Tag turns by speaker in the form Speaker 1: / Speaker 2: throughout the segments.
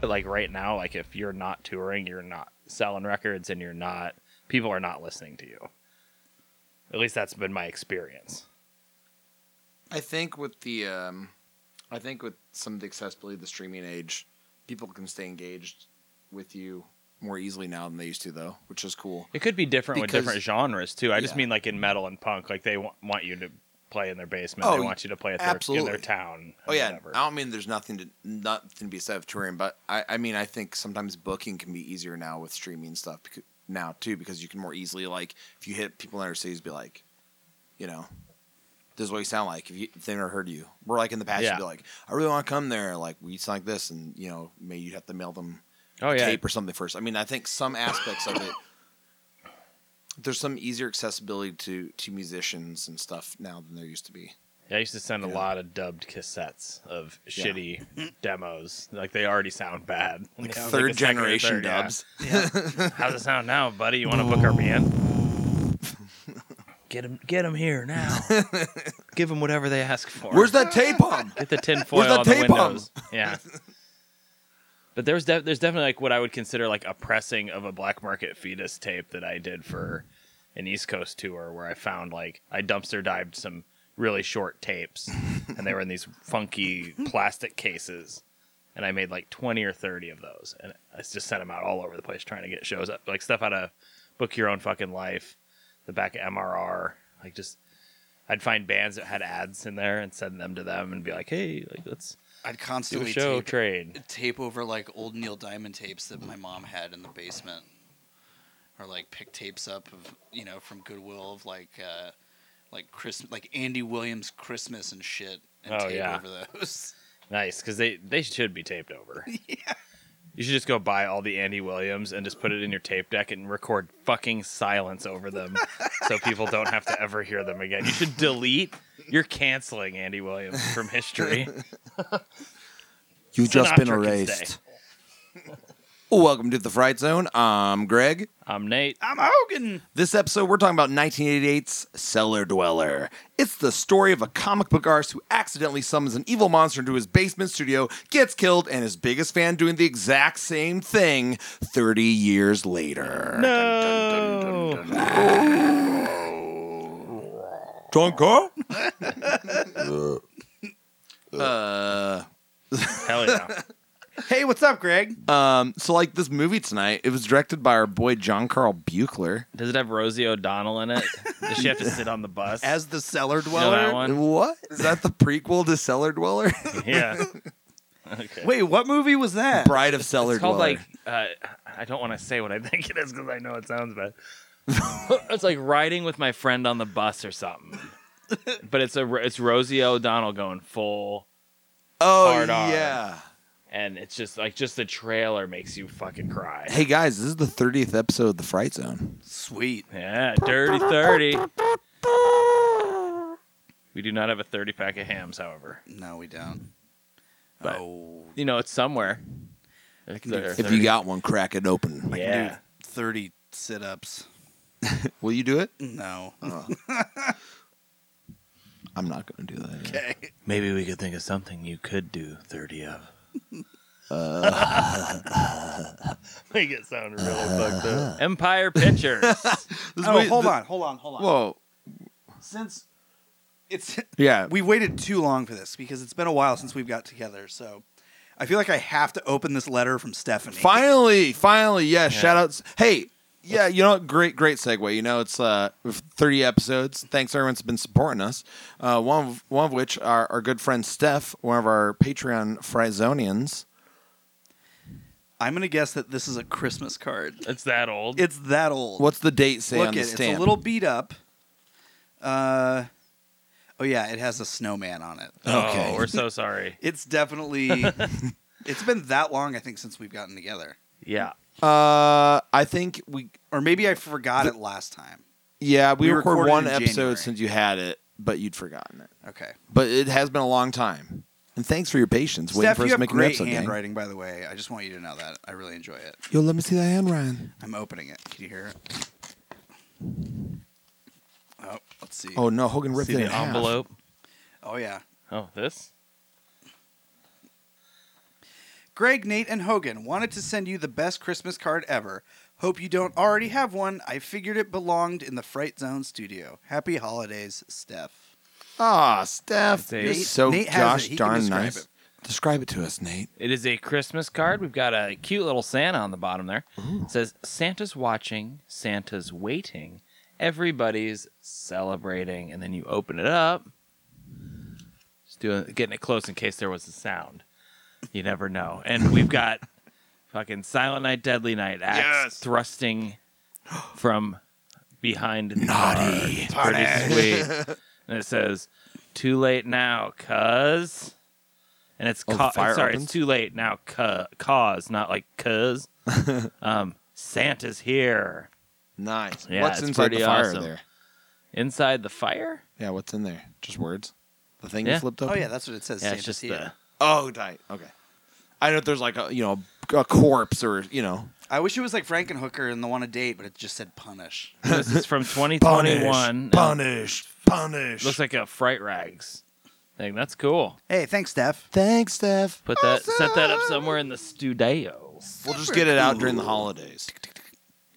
Speaker 1: But like right now, like if you're not touring, you're not selling records, and you're not people are not listening to you. At least that's been my experience.
Speaker 2: I think with the, um, I think with some of the accessibility of the streaming age, people can stay engaged with you more easily now than they used to, though, which is cool.
Speaker 1: It could be different with
Speaker 2: Because-
Speaker 1: different genres too. I just
Speaker 2: Yeah.
Speaker 1: mean like in metal and punk, like they wa- want you to play in their basement.
Speaker 2: Oh,
Speaker 1: they want you to play at their, in
Speaker 2: absolutely.
Speaker 1: their town.
Speaker 2: Oh
Speaker 1: and
Speaker 2: yeah,
Speaker 1: whatever.
Speaker 2: I don't mean there's nothing to nothing to be said of touring, but I, I mean I think sometimes booking can be easier now with streaming stuff becau- now too because you can more easily like if you hit people in other cities, be like, you know, this is what you sound like if, you, if they never heard you. We're like in the past,
Speaker 1: Yeah.
Speaker 2: you'd be like, I really want to come there, like we sound like this, and you know maybe you'd have to mail them
Speaker 1: oh yeah,
Speaker 2: tape or something first. I mean, I think some aspects of it. There's some easier accessibility to to musicians and stuff now than there used to be.
Speaker 1: Yeah, I used to send a
Speaker 2: Yeah.
Speaker 1: lot of dubbed cassettes of
Speaker 2: Yeah.
Speaker 1: shitty demos. Like they already sound bad.
Speaker 2: Like
Speaker 1: Yeah, it was
Speaker 2: third
Speaker 1: a second or
Speaker 2: generation
Speaker 1: third, yeah.
Speaker 2: dubs.
Speaker 1: How's it sound now, buddy? You want to book our band? Get him, get him here now. Give them whatever they ask for.
Speaker 2: Where's that tape on?
Speaker 1: Get the tin foil
Speaker 2: that
Speaker 1: on the
Speaker 2: tape on?
Speaker 1: windows. Yeah. But there's de- there's definitely like what I would consider like a pressing of a black market fetus tape that I did for an East Coast tour where I found like I dumpster dived some really short tapes and they were in these funky plastic cases and I made like 20 or 30 of those and I just sent them out all over the place trying to get shows up like stuff out of Book Your Own Fucking Life, the back of MRR, like just I'd find bands that had ads in there and send them to them and be like, "Hey, like let's
Speaker 3: I'd
Speaker 1: do a
Speaker 3: constantly
Speaker 1: show
Speaker 3: tape,
Speaker 1: trade."
Speaker 3: tape over like old Neil Diamond tapes that my mom had in the basement, or like pick tapes up of you know from Goodwill of like uh, like Chris like Andy Williams Christmas and shit, and
Speaker 1: Oh,
Speaker 3: tape
Speaker 1: yeah.
Speaker 3: over those.
Speaker 1: Nice, because they they should be taped over. yeah. You should just go buy all the Andy Williams and just put it in your tape deck and record fucking silence over them, so people don't have to ever hear them again. You should delete. You're canceling Andy Williams from history.
Speaker 2: You've
Speaker 1: just been Sinatra can stay. erased.
Speaker 2: Welcome to the Fright Zone. I'm Greg.
Speaker 1: I'm Nate.
Speaker 3: I'm Hogan.
Speaker 2: This episode, we're talking about 1988's Cellar Dweller. It's the story of a comic book artist who accidentally summons an evil monster into his basement studio, gets killed, and his biggest fan doing the exact same thing 30 years later.
Speaker 1: No.
Speaker 2: Tonka? uh,
Speaker 1: Hell yeah.
Speaker 2: hey, what's up, Greg? Um, so like this movie tonight, it was directed by our boy John Carl Buechler.
Speaker 1: Does it have Rosie O'Donnell in it? Does she have to sit on the bus?
Speaker 3: As the cellar
Speaker 1: you know that
Speaker 3: dweller.
Speaker 1: one?
Speaker 2: What is that? The prequel to Cellar Dweller?
Speaker 1: Yeah. Okay.
Speaker 3: Wait, what movie was that?
Speaker 2: Bride of Cellar
Speaker 1: It's called
Speaker 2: Dweller.
Speaker 1: like uh, I don't want to say what I think it is because I know it sounds bad. it's like riding with my friend on the bus or something. but it's a it's Rosie O'Donnell going full,
Speaker 2: oh
Speaker 1: Hard R.
Speaker 2: yeah.
Speaker 1: and it's just like just the trailer makes you fucking cry.
Speaker 2: Hey guys, this is the thirtieth episode of the Fright Zone.
Speaker 3: Sweet.
Speaker 1: Yeah, dirty thirty.
Speaker 3: Ah.
Speaker 1: We do not have a thirty pack of hams, however.
Speaker 3: No, we don't.
Speaker 1: But-
Speaker 3: oh,
Speaker 1: You know it's somewhere. It's
Speaker 3: do
Speaker 1: there.
Speaker 2: If you got one, crack it open.
Speaker 1: yeah,
Speaker 3: thirty sit-ups.
Speaker 2: Will you do it? Oh.
Speaker 3: No.
Speaker 2: I'm not going to do that. Okay.
Speaker 3: Okay.
Speaker 1: maybe we could think of something you could do thirty of. Make it sound really fucked up. Empire Pictures.
Speaker 3: Oh, hold on, hold on, hold on.
Speaker 2: Whoa.
Speaker 3: Since it's
Speaker 2: Yeah.
Speaker 3: we waited too long for this because it's been a while since we've got together, so I feel like I have to open this letter from Stephanie.
Speaker 2: Finally, finally, yeah, Shout outs. Hey, yeah, you know, great, great segue. You know, it's uh, we've 30 episodes. Thanks, everyone's been supporting us. Uh, one of one of which our, our good friend Steph, one of our Patreon Frizonians.
Speaker 3: I'm gonna guess that this is a Christmas card.
Speaker 1: It's that old.
Speaker 3: It's that old.
Speaker 2: What's the date say
Speaker 3: Look
Speaker 2: on
Speaker 3: it,
Speaker 2: the
Speaker 3: it's
Speaker 2: stamp?
Speaker 3: a little beat up. Uh, oh yeah, it has a snowman on it.
Speaker 2: okay.
Speaker 1: Oh, we're so sorry.
Speaker 3: It's definitely. it's been that long, I think, since we've gotten together,
Speaker 1: Yeah.
Speaker 2: Uh, I think we
Speaker 3: or maybe I forgot it last time.
Speaker 2: yeah we,
Speaker 3: We
Speaker 2: recorded,
Speaker 3: recorded
Speaker 2: one
Speaker 3: in
Speaker 2: episode
Speaker 3: January.
Speaker 2: since you had it, but you'd forgotten it.
Speaker 3: Okay.
Speaker 2: But it has been a long time. And thanks for your patience waiting
Speaker 3: Steph,
Speaker 2: for
Speaker 3: you
Speaker 2: us to
Speaker 3: have
Speaker 2: make an
Speaker 3: great
Speaker 2: episode. gang.
Speaker 3: handwriting, by the way. I just want you to know that. I really enjoy it.
Speaker 2: Yo, let me see that handwriting.
Speaker 3: I'm opening it. Can you hear it? Oh, let's see.
Speaker 2: Oh no, Hogan ripped
Speaker 1: See
Speaker 2: it in
Speaker 1: the
Speaker 2: half.
Speaker 1: envelope.
Speaker 3: Oh, yeah.
Speaker 1: Oh, this.
Speaker 3: Greg, Nate, and Hogan wanted to send you the best Christmas card ever. Hope you don't already have one. I figured it belonged in the Fright Zone studio. Happy holidays, Steph.
Speaker 2: Ah, Steph,
Speaker 1: Nate-
Speaker 2: you're so
Speaker 3: Nate has it.
Speaker 2: gosh
Speaker 3: He can
Speaker 2: darn
Speaker 3: describe
Speaker 2: nice.
Speaker 3: it.
Speaker 2: Describe it to us, Nate.
Speaker 1: It is a Christmas card. We've got a cute little Santa on the bottom there. It says Santa's watching, Santa's waiting, everybody's celebrating, and then you open it up. Just doing getting it close in case there was a sound. You never know. And we've got fucking Silent Night, Deadly Night axe
Speaker 3: Yes.
Speaker 1: thrusting from behind the
Speaker 2: Naughty.
Speaker 1: card. It's pretty sweet. and it says, "Too late now, cuz." and it's
Speaker 2: Oh, the
Speaker 1: ca-
Speaker 2: fire
Speaker 1: sorry,
Speaker 2: opens?
Speaker 1: it's too late now. Ca- cause, not like cuz. um, Santa's here
Speaker 2: Nice.
Speaker 1: Yeah,
Speaker 2: what's
Speaker 1: it's
Speaker 2: inside the
Speaker 1: pretty
Speaker 2: fire
Speaker 1: awesome.
Speaker 2: there?
Speaker 1: inside the fire.
Speaker 2: Yeah, what's in there? Just words. The thing
Speaker 1: Yeah.
Speaker 2: you flipped up.
Speaker 3: Oh yeah, that's what it says.
Speaker 1: Yeah,
Speaker 3: Santa's
Speaker 1: it's just
Speaker 3: here.
Speaker 1: the
Speaker 2: Oh, tight. Okay. I know if there's like a you know a corpse or you know
Speaker 3: I wish it was like Frankenhooker and the one a date, but it just said punish.
Speaker 1: this is from 2021. and
Speaker 2: punish, punish.
Speaker 1: it Looks like a fright rags thing. That's cool.
Speaker 3: hey, thanks, Steph.
Speaker 2: Thanks, Steph.
Speaker 1: Put that, set that up somewhere in the studio.
Speaker 2: We'll just get it out during the holidays.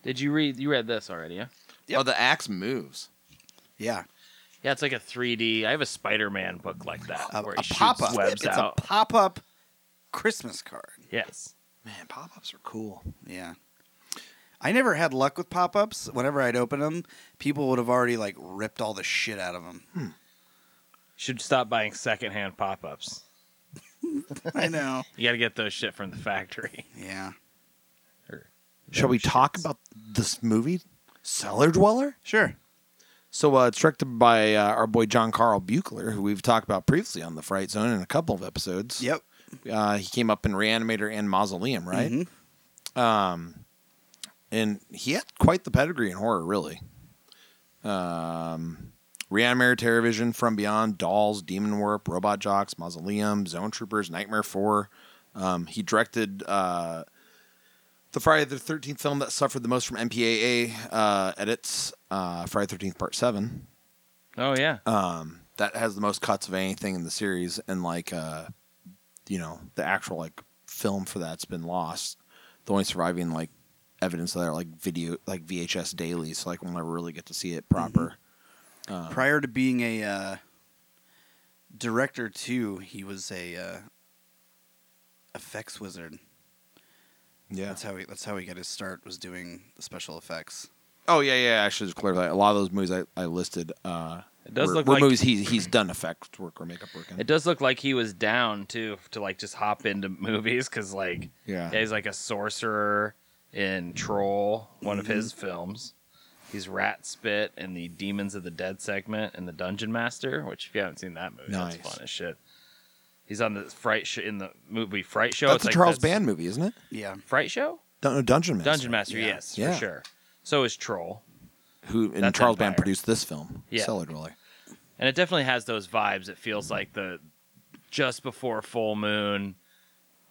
Speaker 1: Did you read? You read this already? Yeah.
Speaker 2: Oh, the axe moves.
Speaker 3: Yeah,
Speaker 1: Yeah, it's like a 3D. I have a Spider-Man book like that
Speaker 3: a,
Speaker 1: where
Speaker 3: a
Speaker 1: he
Speaker 3: pop
Speaker 1: shoots
Speaker 3: up.
Speaker 1: webs
Speaker 3: It's
Speaker 1: out.
Speaker 3: a pop up Christmas card.
Speaker 1: yes.
Speaker 2: Man, pop ups are cool.
Speaker 3: Yeah. I never had luck with pop ups. Whenever I'd open them, people would have already like ripped all the shit out of them.
Speaker 1: Should stop buying secondhand pop-ups.
Speaker 3: I know.
Speaker 1: You got to get those shit from the factory.
Speaker 3: Yeah.
Speaker 2: Shall we talk about this movie, Cellar Dweller?
Speaker 3: Sure.
Speaker 2: So, uh, it's directed by uh, our boy John Carl Buechler, who we've talked about previously on the Fright Zone in a couple of episodes.
Speaker 3: Yep.
Speaker 2: Uh, he came up in Reanimator and Mausoleum, right?
Speaker 3: Mhm.
Speaker 2: Um, and he had quite the pedigree in horror, really. Um, Reanimator, Terrorvision, From Beyond, Dolls, Demon Warp, Robot Jocks, Mausoleum, Zone Troopers, Nightmare 4. Um, he directed uh, the Friday the 13th film that suffered the most from MPAA uh, edits, uh, Friday the 13th Part 7
Speaker 1: Oh yeah.
Speaker 2: um, that has the most cuts of anything in the series, and like uh, you know the actual like film for that's been lost. The only surviving like evidence of that are like video like VHS dailies, so like we'll never really get to see it proper.
Speaker 3: Prior to being a uh, director, too, he was a uh, effects wizard.
Speaker 2: Mm-hmm. Yeah.
Speaker 3: That's how he. That's how he got his start. Was doing the special effects.
Speaker 2: Oh yeah, yeah. I should just clear that a lot of those movies I, I listed uh,
Speaker 1: It does
Speaker 2: were,
Speaker 1: look
Speaker 2: were
Speaker 1: like-
Speaker 2: movies he's he's done effect work or makeup work. In.
Speaker 1: It does look like he was down too to like just hop into movies because like
Speaker 2: yeah.
Speaker 1: yeah, he's like a sorcerer in Troll, one
Speaker 2: Mm-hmm.
Speaker 1: of his films. He's Rat Spit in the Demons of the Dead segment and the Dungeon Master, which if you haven't seen that movie,
Speaker 2: Nice.
Speaker 1: that's fun as shit. He's on the fright sh- in the movie Fright Show.
Speaker 2: that's
Speaker 1: It's
Speaker 2: a
Speaker 1: like
Speaker 2: Charles
Speaker 1: that's-
Speaker 2: Band movie, isn't it?
Speaker 3: Yeah.
Speaker 1: Fright Show,
Speaker 2: Dun- no, Dungeon Master.
Speaker 1: Dungeon Master,
Speaker 3: Yeah.
Speaker 1: yes,
Speaker 2: Yeah.
Speaker 1: for sure. So is Troll,
Speaker 2: Who and
Speaker 1: That's
Speaker 2: Charles Band
Speaker 1: Empire.
Speaker 2: produced this film,
Speaker 1: Yeah.
Speaker 2: Cellar Dweller.
Speaker 1: and it definitely has those vibes. It feels like the just before full moon,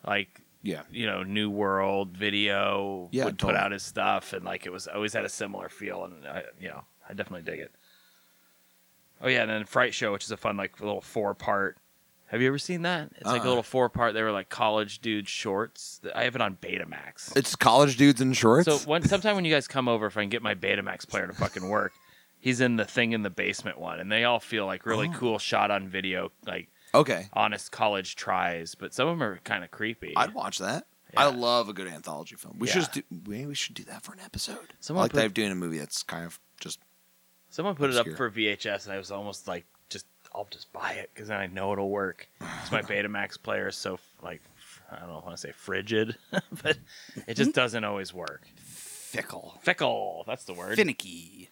Speaker 1: like
Speaker 2: Yeah.
Speaker 1: you know new world video
Speaker 2: Yeah,
Speaker 1: would
Speaker 2: totally.
Speaker 1: put out his stuff and like it was always had a similar feel and I, you know i definitely dig it oh yeah and then fright show which is a fun like little four part have you ever seen that it's like a
Speaker 2: Uh-uh.
Speaker 1: little four part they were like college dude shorts i have it on betamax
Speaker 2: It's college dudes in shorts.
Speaker 1: so one sometime when you guys come over, if I can get my Betamax player to fucking work, he's in the thing in the basement one, and they all feel like really
Speaker 2: Oh.
Speaker 1: cool shot on video, like
Speaker 2: okay.
Speaker 1: honest college tries. But some of them are kind of creepy.
Speaker 2: I'd watch that. I
Speaker 1: Yeah.
Speaker 2: love a good anthology film. We should
Speaker 1: Yeah.
Speaker 2: just do, maybe we should do that for an episode.
Speaker 1: Someone
Speaker 2: I like
Speaker 1: put-
Speaker 2: that of doing a movie that's kind of just
Speaker 1: Someone put it
Speaker 2: Obscure.
Speaker 1: up for VHS, and I was almost like, just I'll just buy it because then I know it'll work. 'Cause my Betamax player is so like I don't want to say frigid, but it
Speaker 2: Hmm?
Speaker 1: just doesn't always work.
Speaker 3: Fickle.
Speaker 1: Fickle, that's the word.
Speaker 3: Finicky.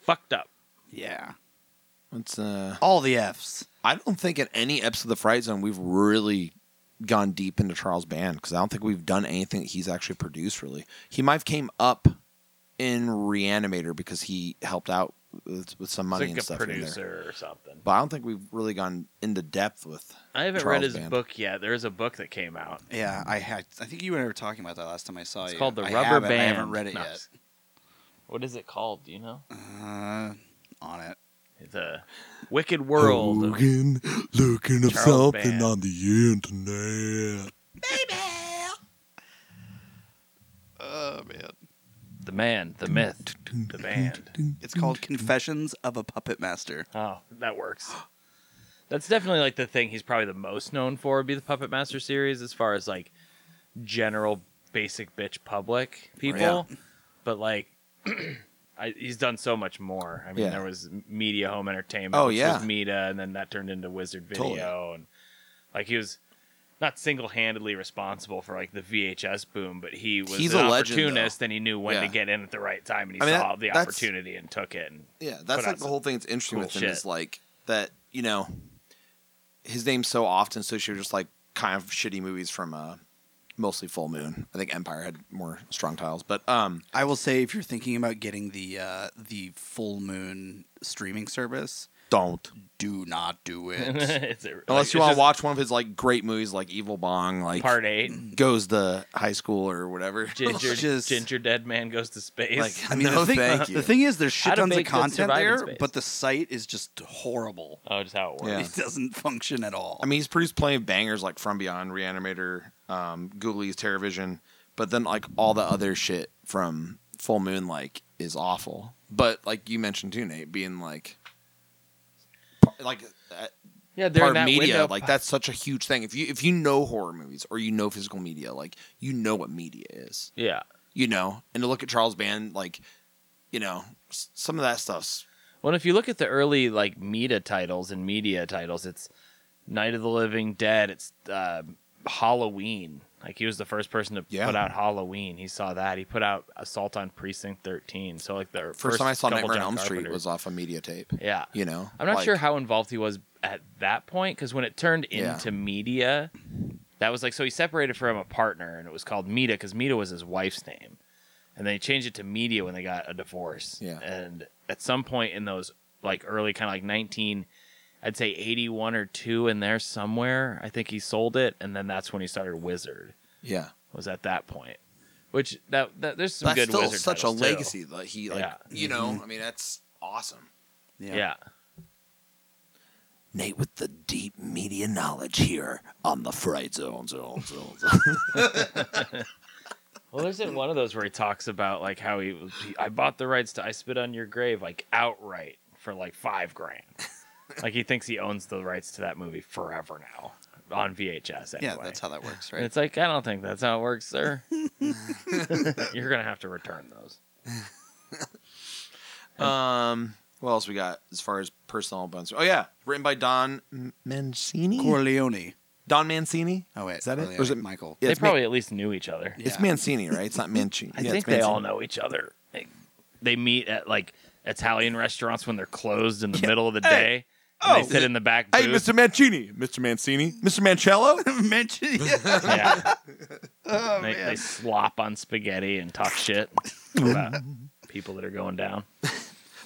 Speaker 1: Fucked up.
Speaker 3: Yeah.
Speaker 2: it's uh
Speaker 3: All the F's.
Speaker 2: I don't think in any episode of the Fright Zone we've really gone deep into Charles Band because I don't think we've done anything that he's actually produced really. He might have came up in Reanimator because he helped out with, with some
Speaker 1: It's
Speaker 2: money
Speaker 1: like
Speaker 2: and
Speaker 1: a
Speaker 2: stuff in there.
Speaker 1: producer or something.
Speaker 2: But I don't think we've really gone into depth with
Speaker 1: I haven't
Speaker 2: Charles
Speaker 1: read his
Speaker 2: Band.
Speaker 1: book yet. There is a book that came out.
Speaker 3: Yeah. I had. I think you and I were talking about that last time I saw you.
Speaker 1: It's called The
Speaker 3: Oh, I
Speaker 1: Rubber
Speaker 3: have it,
Speaker 1: Band.
Speaker 3: I haven't read it
Speaker 1: No,
Speaker 3: yet.
Speaker 1: What is it called? Do you know?
Speaker 3: Uh, on it.
Speaker 1: The Wicked World. of-
Speaker 4: Hogan, looking up
Speaker 1: Charles
Speaker 4: something
Speaker 1: Band.
Speaker 4: on the internet.
Speaker 5: Baby!
Speaker 6: Oh,
Speaker 1: man, the myth, the band.
Speaker 6: It's called Confessions of a Puppet Master.
Speaker 1: Oh, that works. That's definitely like the thing he's probably the most known for would be the Puppet Master series as far as like general basic bitch public people. But like I, he's done so much more. I mean,
Speaker 2: Yeah.
Speaker 1: there was Media Home Entertainment,
Speaker 2: Oh,
Speaker 1: which
Speaker 2: yeah.
Speaker 1: was Meta, and then that turned into Wizard Video,
Speaker 2: Totally.
Speaker 1: and like he was not single-handedly responsible for like the VHS boom, but he was
Speaker 2: He's
Speaker 1: an
Speaker 2: a legend, though.
Speaker 1: opportunist, and he knew when to
Speaker 2: Yeah.
Speaker 1: get in at the right time, and he
Speaker 2: I mean,
Speaker 1: saw
Speaker 2: that-
Speaker 1: the
Speaker 2: that's-
Speaker 1: opportunity and took it. And
Speaker 2: Yeah,
Speaker 1: Put
Speaker 2: that's
Speaker 1: out
Speaker 2: like the
Speaker 1: some
Speaker 2: whole thing that's interesting
Speaker 1: cool
Speaker 2: with him
Speaker 1: shit.
Speaker 2: is like that, you know, his name's so often associated with just like kind of shitty movies from uh mostly Full Moon. I think Empire had more strong titles, but um
Speaker 6: I will say, if you're thinking about getting the uh, the full moon streaming service,
Speaker 2: don't.
Speaker 6: do not do it.
Speaker 1: it's a- like,
Speaker 2: Unless
Speaker 1: it's
Speaker 2: you want
Speaker 1: just
Speaker 2: to watch one of his like great movies like Evil Bong, like
Speaker 1: part eight,
Speaker 2: goes to high school or whatever.
Speaker 1: ginger
Speaker 6: Just-
Speaker 1: ginger dead man goes to space.
Speaker 2: Like,
Speaker 6: I mean,
Speaker 2: No,
Speaker 6: the, thing,
Speaker 2: thank you.
Speaker 6: the thing is, there's shit
Speaker 1: How to
Speaker 6: tons of
Speaker 1: make good
Speaker 6: content
Speaker 1: surviving
Speaker 6: there,
Speaker 1: space.
Speaker 6: but the site is just horrible.
Speaker 1: oh, just how it works.
Speaker 2: Yeah.
Speaker 6: It doesn't function at all.
Speaker 2: I mean, he's produced plenty of bangers like From Beyond, Reanimator, um, Googly's Terrorvision, but then like all the other shit from Full Moon like is awful. But like you mentioned too, Nate, being like, par- like uh,
Speaker 1: Yeah, they're in
Speaker 2: part
Speaker 1: that
Speaker 2: media,
Speaker 1: window.
Speaker 2: like that's such a huge thing. If you if you know horror movies or you know physical media, like you know what media is,
Speaker 1: Yeah,
Speaker 2: you know. And to look at Charles Band, like, you know, s- some of that stuff's
Speaker 1: Well, if you look at the early like meta titles and media titles, it's Night of the Living Dead, it's uh, Halloween. Like he was the first person to
Speaker 2: Yeah.
Speaker 1: put out Halloween. He saw that. He put out Assault on Precinct 13. So like the first,
Speaker 2: first, time I saw
Speaker 1: couple
Speaker 2: Nightmare on
Speaker 1: John
Speaker 2: Elm Street
Speaker 1: Carpenter-
Speaker 2: was off a media tape.
Speaker 1: yeah.
Speaker 2: You know,
Speaker 1: I'm not
Speaker 2: Like,
Speaker 1: sure how involved he was at that point because when it turned
Speaker 2: Yeah.
Speaker 1: into media, that was like so he separated from a partner and it was called Mita because Mita was his wife's name, and they changed it to media when they got a divorce.
Speaker 2: Yeah.
Speaker 1: and at some point in those like early kind of like 19, I'd say 81 or two in there somewhere. I think he sold it, and then that's when he started Wizard.
Speaker 2: yeah.
Speaker 1: Was at that point, which that, that there's some good Wizard
Speaker 2: such a
Speaker 1: titles, too.
Speaker 2: legacy that he like
Speaker 1: Yeah.
Speaker 2: you know i mean that's awesome
Speaker 1: yeah.
Speaker 2: nate with the deep media knowledge here on the fright zone zone zone
Speaker 1: Well, there's in one of those where he talks about like how he, he I bought the rights to I Spit on Your Grave like outright for like five grand. like he thinks he owns the rights to that movie forever now on VHS. Anyway.
Speaker 6: yeah, that's how that works,
Speaker 1: And
Speaker 6: right?
Speaker 1: It's like I don't think that's how it works, sir. You're gonna have to return those.
Speaker 2: um what else we got as far as personal buns oh yeah written by don M- mancini
Speaker 6: Corleone.
Speaker 2: don mancini
Speaker 6: Oh wait,
Speaker 2: is that it
Speaker 6: Corleone,
Speaker 2: or is it
Speaker 6: Michael?
Speaker 2: yeah,
Speaker 1: they
Speaker 2: it's, Ma-
Speaker 1: probably at least knew each other.
Speaker 2: it's
Speaker 6: Yeah.
Speaker 2: mancini right it's not mancini
Speaker 1: I
Speaker 2: Yeah,
Speaker 1: think
Speaker 2: it's
Speaker 1: they all
Speaker 2: Mancini.
Speaker 1: know each other. They, they meet at like Italian restaurants when they're closed in the middle of the day. and
Speaker 2: Oh.
Speaker 1: they sit in the back booth.
Speaker 2: Hey, Mr. Mancini, Mr. Mancini, Mr. Mancello.
Speaker 6: Mention. Yeah.
Speaker 1: Yeah.
Speaker 6: Oh,
Speaker 1: they,
Speaker 6: man.
Speaker 1: they slop on spaghetti and talk shit about people that are going down.
Speaker 2: But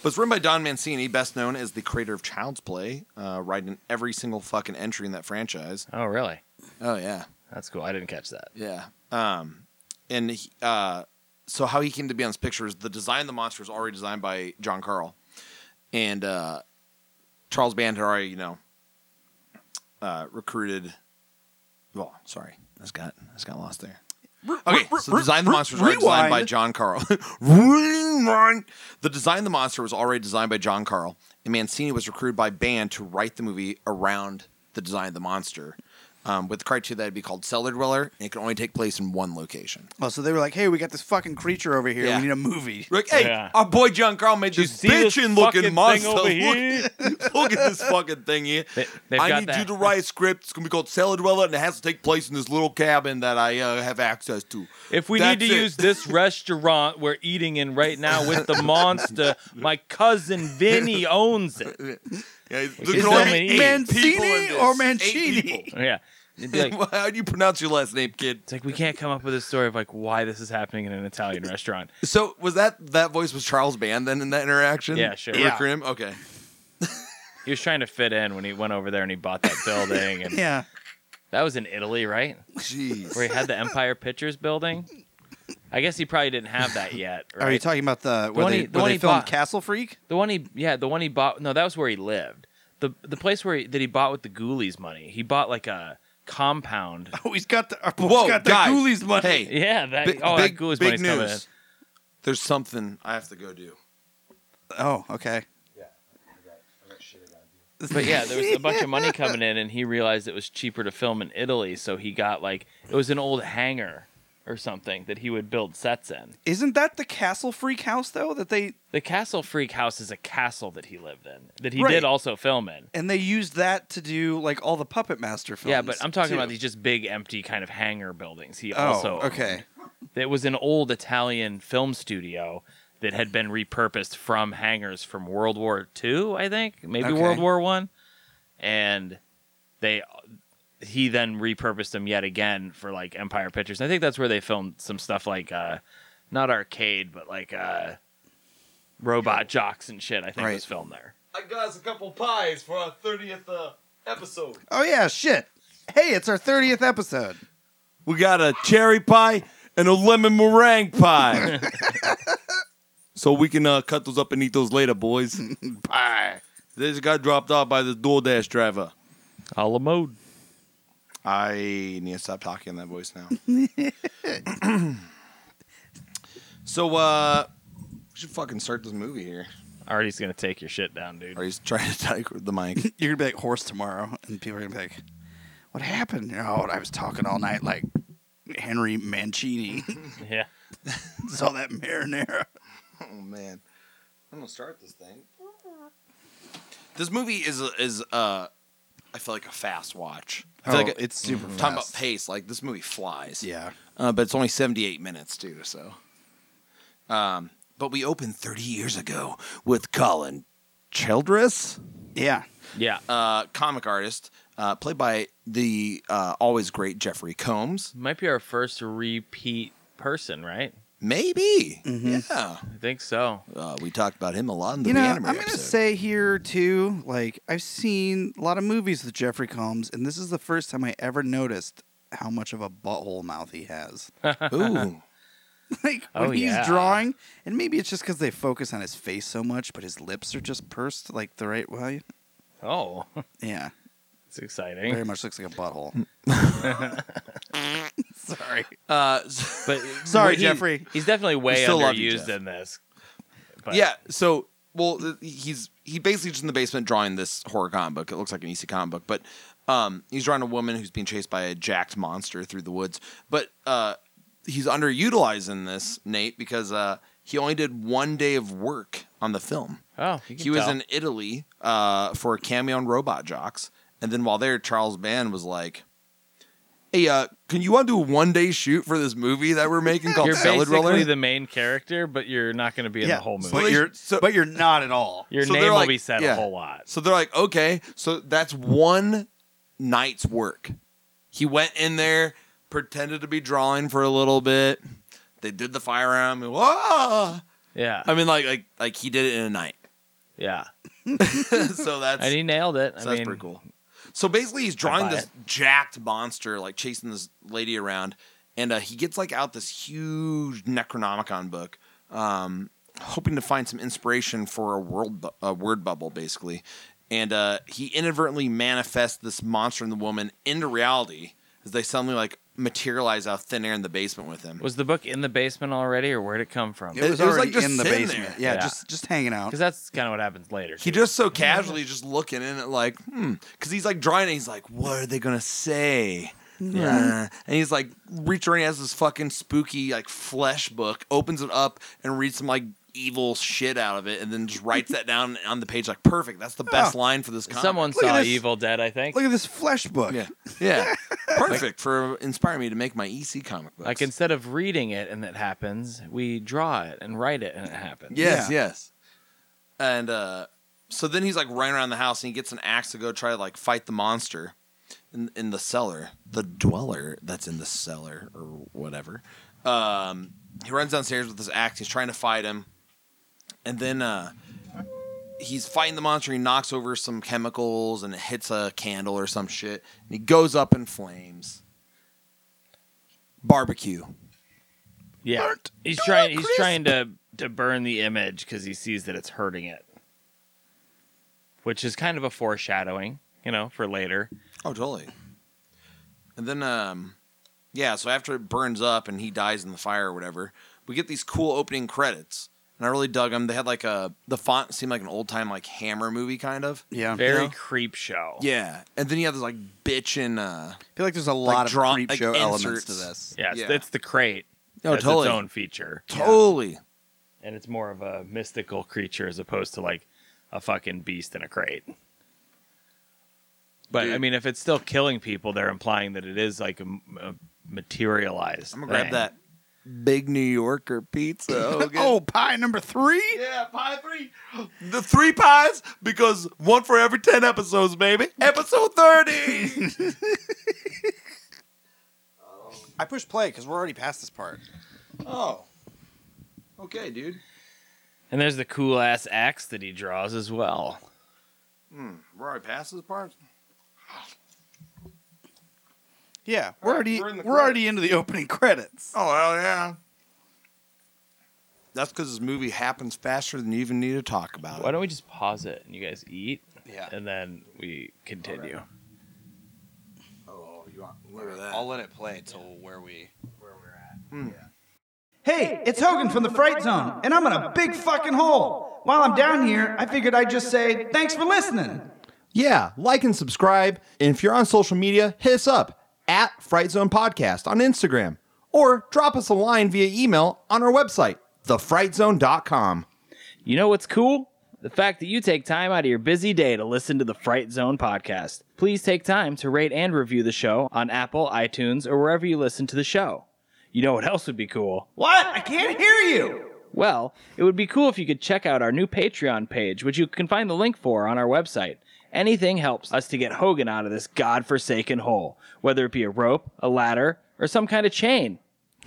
Speaker 2: it's written by Don Mancini, best known as the creator of Child's Play, uh, writing every single fucking entry in that franchise.
Speaker 1: Oh, really?
Speaker 2: Oh yeah,
Speaker 1: That's cool. I didn't catch that.
Speaker 2: Yeah. Um, and he, uh, so how he came to be on this picture is the design of the monster was already designed by John Carl, and uh, Charles Band had already you know uh, recruited. Well, sorry, I just got I just got lost there. Okay, so the design of the monster was already designed by
Speaker 6: rewind.
Speaker 2: John Carl. Rewind. the design of the monster was already designed by John Carl, and Mancini was recruited by Band to write the movie around the design of the monster, um, with the criteria that it'd be called Cellar Dweller, and it could only take place in one location.
Speaker 6: Oh, so they were like, "Hey, we got this fucking creature over here.
Speaker 2: Yeah.
Speaker 6: We need a movie."
Speaker 2: Like,
Speaker 1: hey, Yeah.
Speaker 2: our boy John Carl made this bitchin' looking monster. Look, at this fucking thing here.
Speaker 1: They- they've
Speaker 2: I
Speaker 1: got
Speaker 2: need
Speaker 1: that.
Speaker 2: you to write a script. It's gonna be called Cellar Dweller, and it has to take place in this little cabin that I uh, have access to.
Speaker 1: If we
Speaker 2: That's
Speaker 1: need to
Speaker 2: it.
Speaker 1: use this restaurant we're eating in right now with the monster, my cousin Vinny owns it.
Speaker 2: Yeah,
Speaker 1: Is
Speaker 2: there's
Speaker 1: there
Speaker 2: only
Speaker 1: many-
Speaker 2: eight
Speaker 6: Mancini
Speaker 2: people in this.
Speaker 6: or
Speaker 2: Eight
Speaker 6: Mancini?
Speaker 2: people.
Speaker 1: Yeah. It'd be like,
Speaker 2: How do you pronounce your last name, kid?
Speaker 1: it's like we can't come up with a story of like why this is happening in an Italian restaurant.
Speaker 2: So was that that voice was Charles Band then in that interaction?
Speaker 1: Yeah, sure.
Speaker 2: Rick
Speaker 1: Yeah.
Speaker 2: Grimm? Okay.
Speaker 1: He was trying to fit in when he went over there and he bought that building and
Speaker 6: Yeah.
Speaker 1: that was in Italy, right?
Speaker 2: Jeez.
Speaker 1: where he had the Empire Pictures building. I guess he probably didn't have that yet, right?
Speaker 6: Are you talking about the where
Speaker 1: one
Speaker 6: they,
Speaker 1: he- the
Speaker 6: where
Speaker 1: one
Speaker 6: they
Speaker 1: he
Speaker 6: filmed
Speaker 1: bought.
Speaker 6: Castle Freak?
Speaker 1: the one he, yeah, the one he bought. No, that was where he lived. the The place where he, that he bought with the Ghoulies money. He bought like a compound.
Speaker 6: Oh, he's got the.
Speaker 2: uh, Whoa,
Speaker 6: got the
Speaker 2: guys.
Speaker 6: Ghoulies money.
Speaker 2: Hey,
Speaker 1: Yeah, that.
Speaker 2: big,
Speaker 1: oh,
Speaker 2: big,
Speaker 1: that Ghoulies
Speaker 2: big
Speaker 1: money's coming in.
Speaker 2: news. There's something I have to go do.
Speaker 6: Oh, okay.
Speaker 1: But yeah, there was a bunch of money coming in, and he realized it was cheaper to film in Italy, so he got like it was an old hangar or something that he would build sets in.
Speaker 6: Isn't that the Castle Freak house though? That they
Speaker 1: The Castle Freak house is a castle that he lived in that he
Speaker 6: Right.
Speaker 1: did also film in.
Speaker 6: and they used that to do like all the Puppet Master films.
Speaker 1: Yeah, but I'm talking
Speaker 6: too.
Speaker 1: about these just big empty kind of hangar buildings. He
Speaker 6: Oh,
Speaker 1: also
Speaker 6: okay.
Speaker 1: It was an old Italian film studio that had been repurposed from hangars from World War II, I think, maybe
Speaker 6: Okay.
Speaker 1: World War One, and they he then repurposed them yet again for like Empire Pictures. And I think that's where they filmed some stuff like uh, not arcade, but like uh, robot jocks and shit. I think
Speaker 6: Right.
Speaker 1: was filmed there.
Speaker 7: I got us a couple pies for our 30th uh, episode.
Speaker 6: Oh yeah, shit. Hey, it's our thirtieth episode.
Speaker 2: We got a cherry pie and a lemon meringue pie. so we can uh, cut those up and eat those later, boys.
Speaker 6: Bye.
Speaker 2: They just got dropped off by this DoorDash driver.
Speaker 1: A la mode.
Speaker 2: I need to stop talking in that voice now. so, uh, we should fucking start this movie here.
Speaker 1: Artie's gonna take your shit down, dude.
Speaker 2: Or he's trying to take the mic.
Speaker 6: You're gonna be like horse tomorrow, and people are gonna be like, "What happened?" Oh, I was talking all night like Henry Mancini.
Speaker 1: Yeah.
Speaker 6: It's all that marinara.
Speaker 2: oh man, I'm gonna start this thing. This movie is a- is uh, I feel like a fast watch. I feel
Speaker 6: Oh,
Speaker 2: like
Speaker 6: it's super
Speaker 2: Talking about
Speaker 6: fast.
Speaker 2: pace, like this movie flies.
Speaker 6: Yeah.
Speaker 2: uh, but it's only 78 minutes too. So, um, but we opened 30 years ago with Colin Childress,
Speaker 6: Yeah.
Speaker 1: Yeah.
Speaker 2: uh, comic artist, uh, played by the uh, always great Jeffrey Combs.
Speaker 1: Might be our first repeat person, right?
Speaker 2: Maybe, yeah.
Speaker 1: I think so.
Speaker 2: Uh, we talked about him a lot in the
Speaker 6: Mm-hmm. you know, I'm
Speaker 2: anime
Speaker 6: gonna
Speaker 2: episode.
Speaker 6: say here too, like I've seen a lot of movies with Jeffrey Combs, and this is the first time I ever noticed how much of a butthole mouth he has.
Speaker 2: Ooh.
Speaker 6: like when
Speaker 1: Oh,
Speaker 6: he's
Speaker 1: yeah.
Speaker 6: drawing, and maybe it's just because they focus on his face so much, but his lips are just pursed like the right way.
Speaker 1: Oh,
Speaker 6: Yeah,
Speaker 1: it's exciting.
Speaker 6: very much looks like a butthole. Sorry.
Speaker 2: Uh,
Speaker 1: But
Speaker 6: Sorry,
Speaker 1: he-
Speaker 6: Jeffrey.
Speaker 1: He's definitely way
Speaker 2: still love you,
Speaker 1: underused
Speaker 2: Jeff.
Speaker 1: in this. But
Speaker 2: yeah. So, well, th- he's he basically just in the basement drawing this horror comic book. It looks like an EC comic book, but um, he's drawing a woman who's being chased by a jacked monster through the woods. But uh, he's underutilizing this Nate because uh, he only did one day of work on the film.
Speaker 1: Oh, you can
Speaker 2: He was
Speaker 1: tell.
Speaker 2: in Italy uh, for a cameo on Robot Jocks, and then while there, Charles Band was like. Hey, uh, can you undo a one day shoot for this movie that we're making called
Speaker 1: You're
Speaker 2: Salad
Speaker 1: basically
Speaker 2: Roller?
Speaker 1: the main character, but you're not going to be in
Speaker 6: yeah,
Speaker 1: the whole movie.
Speaker 6: but you're
Speaker 2: So-
Speaker 6: but you're not at all.
Speaker 1: Your
Speaker 2: so
Speaker 1: name
Speaker 2: they're
Speaker 1: will
Speaker 2: like-
Speaker 1: be said
Speaker 2: yeah.
Speaker 1: a whole lot.
Speaker 2: So they're like, okay, so that's one night's work. He went in there, pretended to be drawing for a little bit. They did the firearm. and Whoa!
Speaker 1: Yeah,
Speaker 2: "Ah!" I mean, like, like, like he did it in a night.
Speaker 1: yeah,
Speaker 2: so that's
Speaker 1: and he nailed it. I
Speaker 2: so that's
Speaker 1: mean,
Speaker 2: pretty cool. So basically, he's drawing
Speaker 1: buy
Speaker 2: this
Speaker 1: it.
Speaker 2: jacked monster, like chasing this lady around, and uh, he gets like out this huge Necronomicon book, um, hoping to find some inspiration for a world bu- a word bubble, basically. And uh, he inadvertently manifests this monster and the woman into reality as they suddenly like materialize out of thin air in the basement with him.
Speaker 1: Was the book in the basement already, or where'd it come from?
Speaker 6: It was
Speaker 2: it was, like,
Speaker 6: already
Speaker 2: just
Speaker 6: in the
Speaker 2: sitting
Speaker 6: basement.
Speaker 2: there.
Speaker 6: Yeah,
Speaker 1: Yeah.
Speaker 6: just just hanging out.
Speaker 1: Because that's kind of what happens later.
Speaker 2: He
Speaker 1: too.
Speaker 2: just so casually just looking in it like, hmm, because he's like drawing it. He's like, what are they gonna say? Yeah, and he's like, reach around. He has this fucking spooky like flesh book. Opens it up and reads some like evil shit out of it, and then just writes that down on the page like, perfect. That's the best
Speaker 6: Oh.
Speaker 2: line for this. Comic.
Speaker 1: Someone
Speaker 6: Look at
Speaker 1: saw
Speaker 6: this.
Speaker 1: Evil Dead, I think.
Speaker 6: Look at this flesh book.
Speaker 2: yeah, yeah, perfect for inspiring me to make my EC comic books.
Speaker 1: Like instead of reading it and it happens, we draw it and write it and it happens.
Speaker 2: Yes,
Speaker 6: Yeah.
Speaker 2: yes. And uh, so then he's like running around the house and he gets an axe to go try to like fight the monster in in the cellar, the dweller that's in the cellar or whatever. Um, he runs downstairs with his axe. He's trying to fight him, and then uh, he's fighting the monster. He knocks over some chemicals and it hits a candle or some shit, and he goes up in flames. Barbecue.
Speaker 1: Yeah,
Speaker 6: Burnt
Speaker 1: he's trying. He's trying to to burn the image because he sees that it's hurting it, which is kind of a foreshadowing, you know, for later.
Speaker 2: Oh, totally. And then, um, yeah. So after it burns up and he dies in the fire or whatever, we get these cool opening credits, and I really dug them. They had like a the font seemed like an old time like Hammer movie kind of.
Speaker 6: Yeah.
Speaker 1: Very
Speaker 2: Yeah.
Speaker 1: creep show.
Speaker 2: Yeah, and then you have this like bitchin. Uh,
Speaker 3: I feel like there's a lot of
Speaker 2: draw-
Speaker 3: creep
Speaker 2: like
Speaker 3: show elements
Speaker 2: inserts.
Speaker 3: to this.
Speaker 1: Yeah, it's,
Speaker 2: Yeah.
Speaker 1: it's the crate.
Speaker 2: no,
Speaker 1: as
Speaker 2: totally,
Speaker 1: its own feature.
Speaker 2: totally.
Speaker 1: And it's more of a mystical creature as opposed to like a fucking beast in a crate. But I
Speaker 2: Dude.
Speaker 1: mean, if it's still killing people, they're implying that it is like a, m- a materialized.
Speaker 2: I'm gonna grab
Speaker 1: thing.
Speaker 2: that big New Yorker pizza. Hogan.
Speaker 3: Oh, pie number three.
Speaker 7: Yeah, pie three.
Speaker 2: the three pies because one for every ten episodes, baby. Episode thirty.
Speaker 3: I push play because we're already past this part.
Speaker 2: oh, okay, dude.
Speaker 1: And there's the cool ass axe that he draws as well.
Speaker 2: We're already past this part.
Speaker 3: Yeah, we're
Speaker 7: right,
Speaker 3: already
Speaker 7: we're
Speaker 3: we're,
Speaker 7: in the
Speaker 3: already into the opening credits.
Speaker 2: Oh hell yeah. That's because this movie happens faster than you even need to talk about
Speaker 1: Why
Speaker 2: it.
Speaker 1: don't we just pause it and you guys eat
Speaker 6: Yeah.
Speaker 1: and then we continue?
Speaker 2: Oh, you want
Speaker 6: All
Speaker 2: look
Speaker 6: right, I'll let it play till where we.
Speaker 8: Hey, it's Hogan from the Fright Zone, and I'm in a big fucking hole. While I'm down here, I figured I'd just say thanks for listening.
Speaker 9: Yeah, like and subscribe. And if you're on social media, hit us up at Fright Zone Podcast on Instagram or drop us a line via email on our website, thefrightzone.com.
Speaker 1: You know what's cool? The fact that you take time out of your busy day to listen to the Fright Zone podcast. Please take time to rate and review the show on Apple, iTunes, or wherever you listen to the show. You know what else would be cool?
Speaker 8: What? I can't hear you.
Speaker 1: Well, it would be cool if you could check out our new Patreon page, which you can find the link for on our website. Anything helps us to get Hogan out of this godforsaken hole, whether it be a rope, a ladder, or some kind of chain.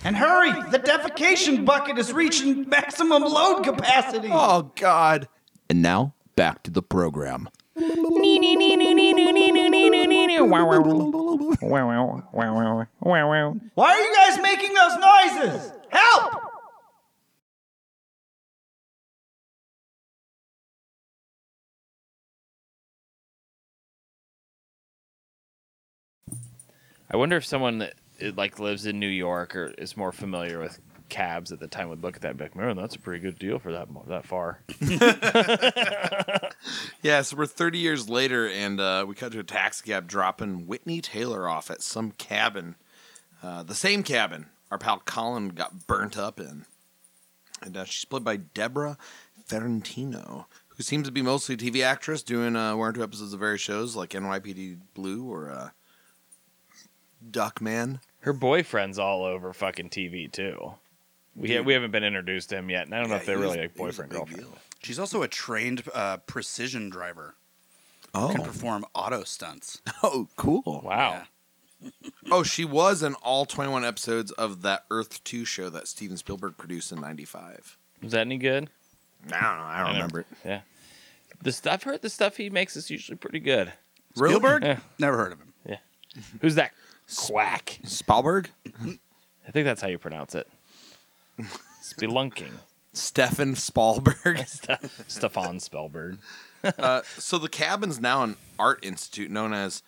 Speaker 8: And hurry, the defecation bucket is reaching maximum load capacity.
Speaker 9: Oh, God. And now back to the program.
Speaker 8: Why are you guys making those noises? Help!
Speaker 1: I wonder if someone that uh, like lives in New York or is more familiar with cabs at the time would look at that and be like, "Man, that's a pretty good deal for that mo- that far."
Speaker 2: Yeah, so we're 30 years later, and uh, we cut to a taxi cab dropping Whitney Taylor off at some cabin. Uh, the same cabin our pal Colin got burnt up in. And uh, she's played by Deborah Ferentino, who seems to be mostly a TV actress, doing uh, one or two episodes of various shows like NYPD Blue or uh, Duckman.
Speaker 1: Her boyfriend's all over fucking TV too. We we haven't been introduced to him yet, and I don't know if they're really like boyfriend girlfriend.
Speaker 6: She's also a trained uh, precision driver. Can
Speaker 2: Oh.
Speaker 6: perform auto stunts.
Speaker 2: oh, cool.
Speaker 1: Wow.
Speaker 6: Yeah.
Speaker 2: Oh, she was in all 21 episodes of that Earth 2 show that Steven Spielberg produced in 95.
Speaker 1: Was that any good?
Speaker 2: I don't know. I don't
Speaker 1: know.
Speaker 2: remember it.
Speaker 1: Yeah. The stuff I've heard the stuff he makes is usually pretty good.
Speaker 6: Spielberg?
Speaker 1: Yeah.
Speaker 6: Never heard of him.
Speaker 1: Who's that quack?
Speaker 2: Spielberg?
Speaker 1: I think that's how you pronounce it. Spelunking.
Speaker 2: Stefan Spalberg.
Speaker 1: Stefan Spellberg.
Speaker 2: so the cabin's now an art institute known as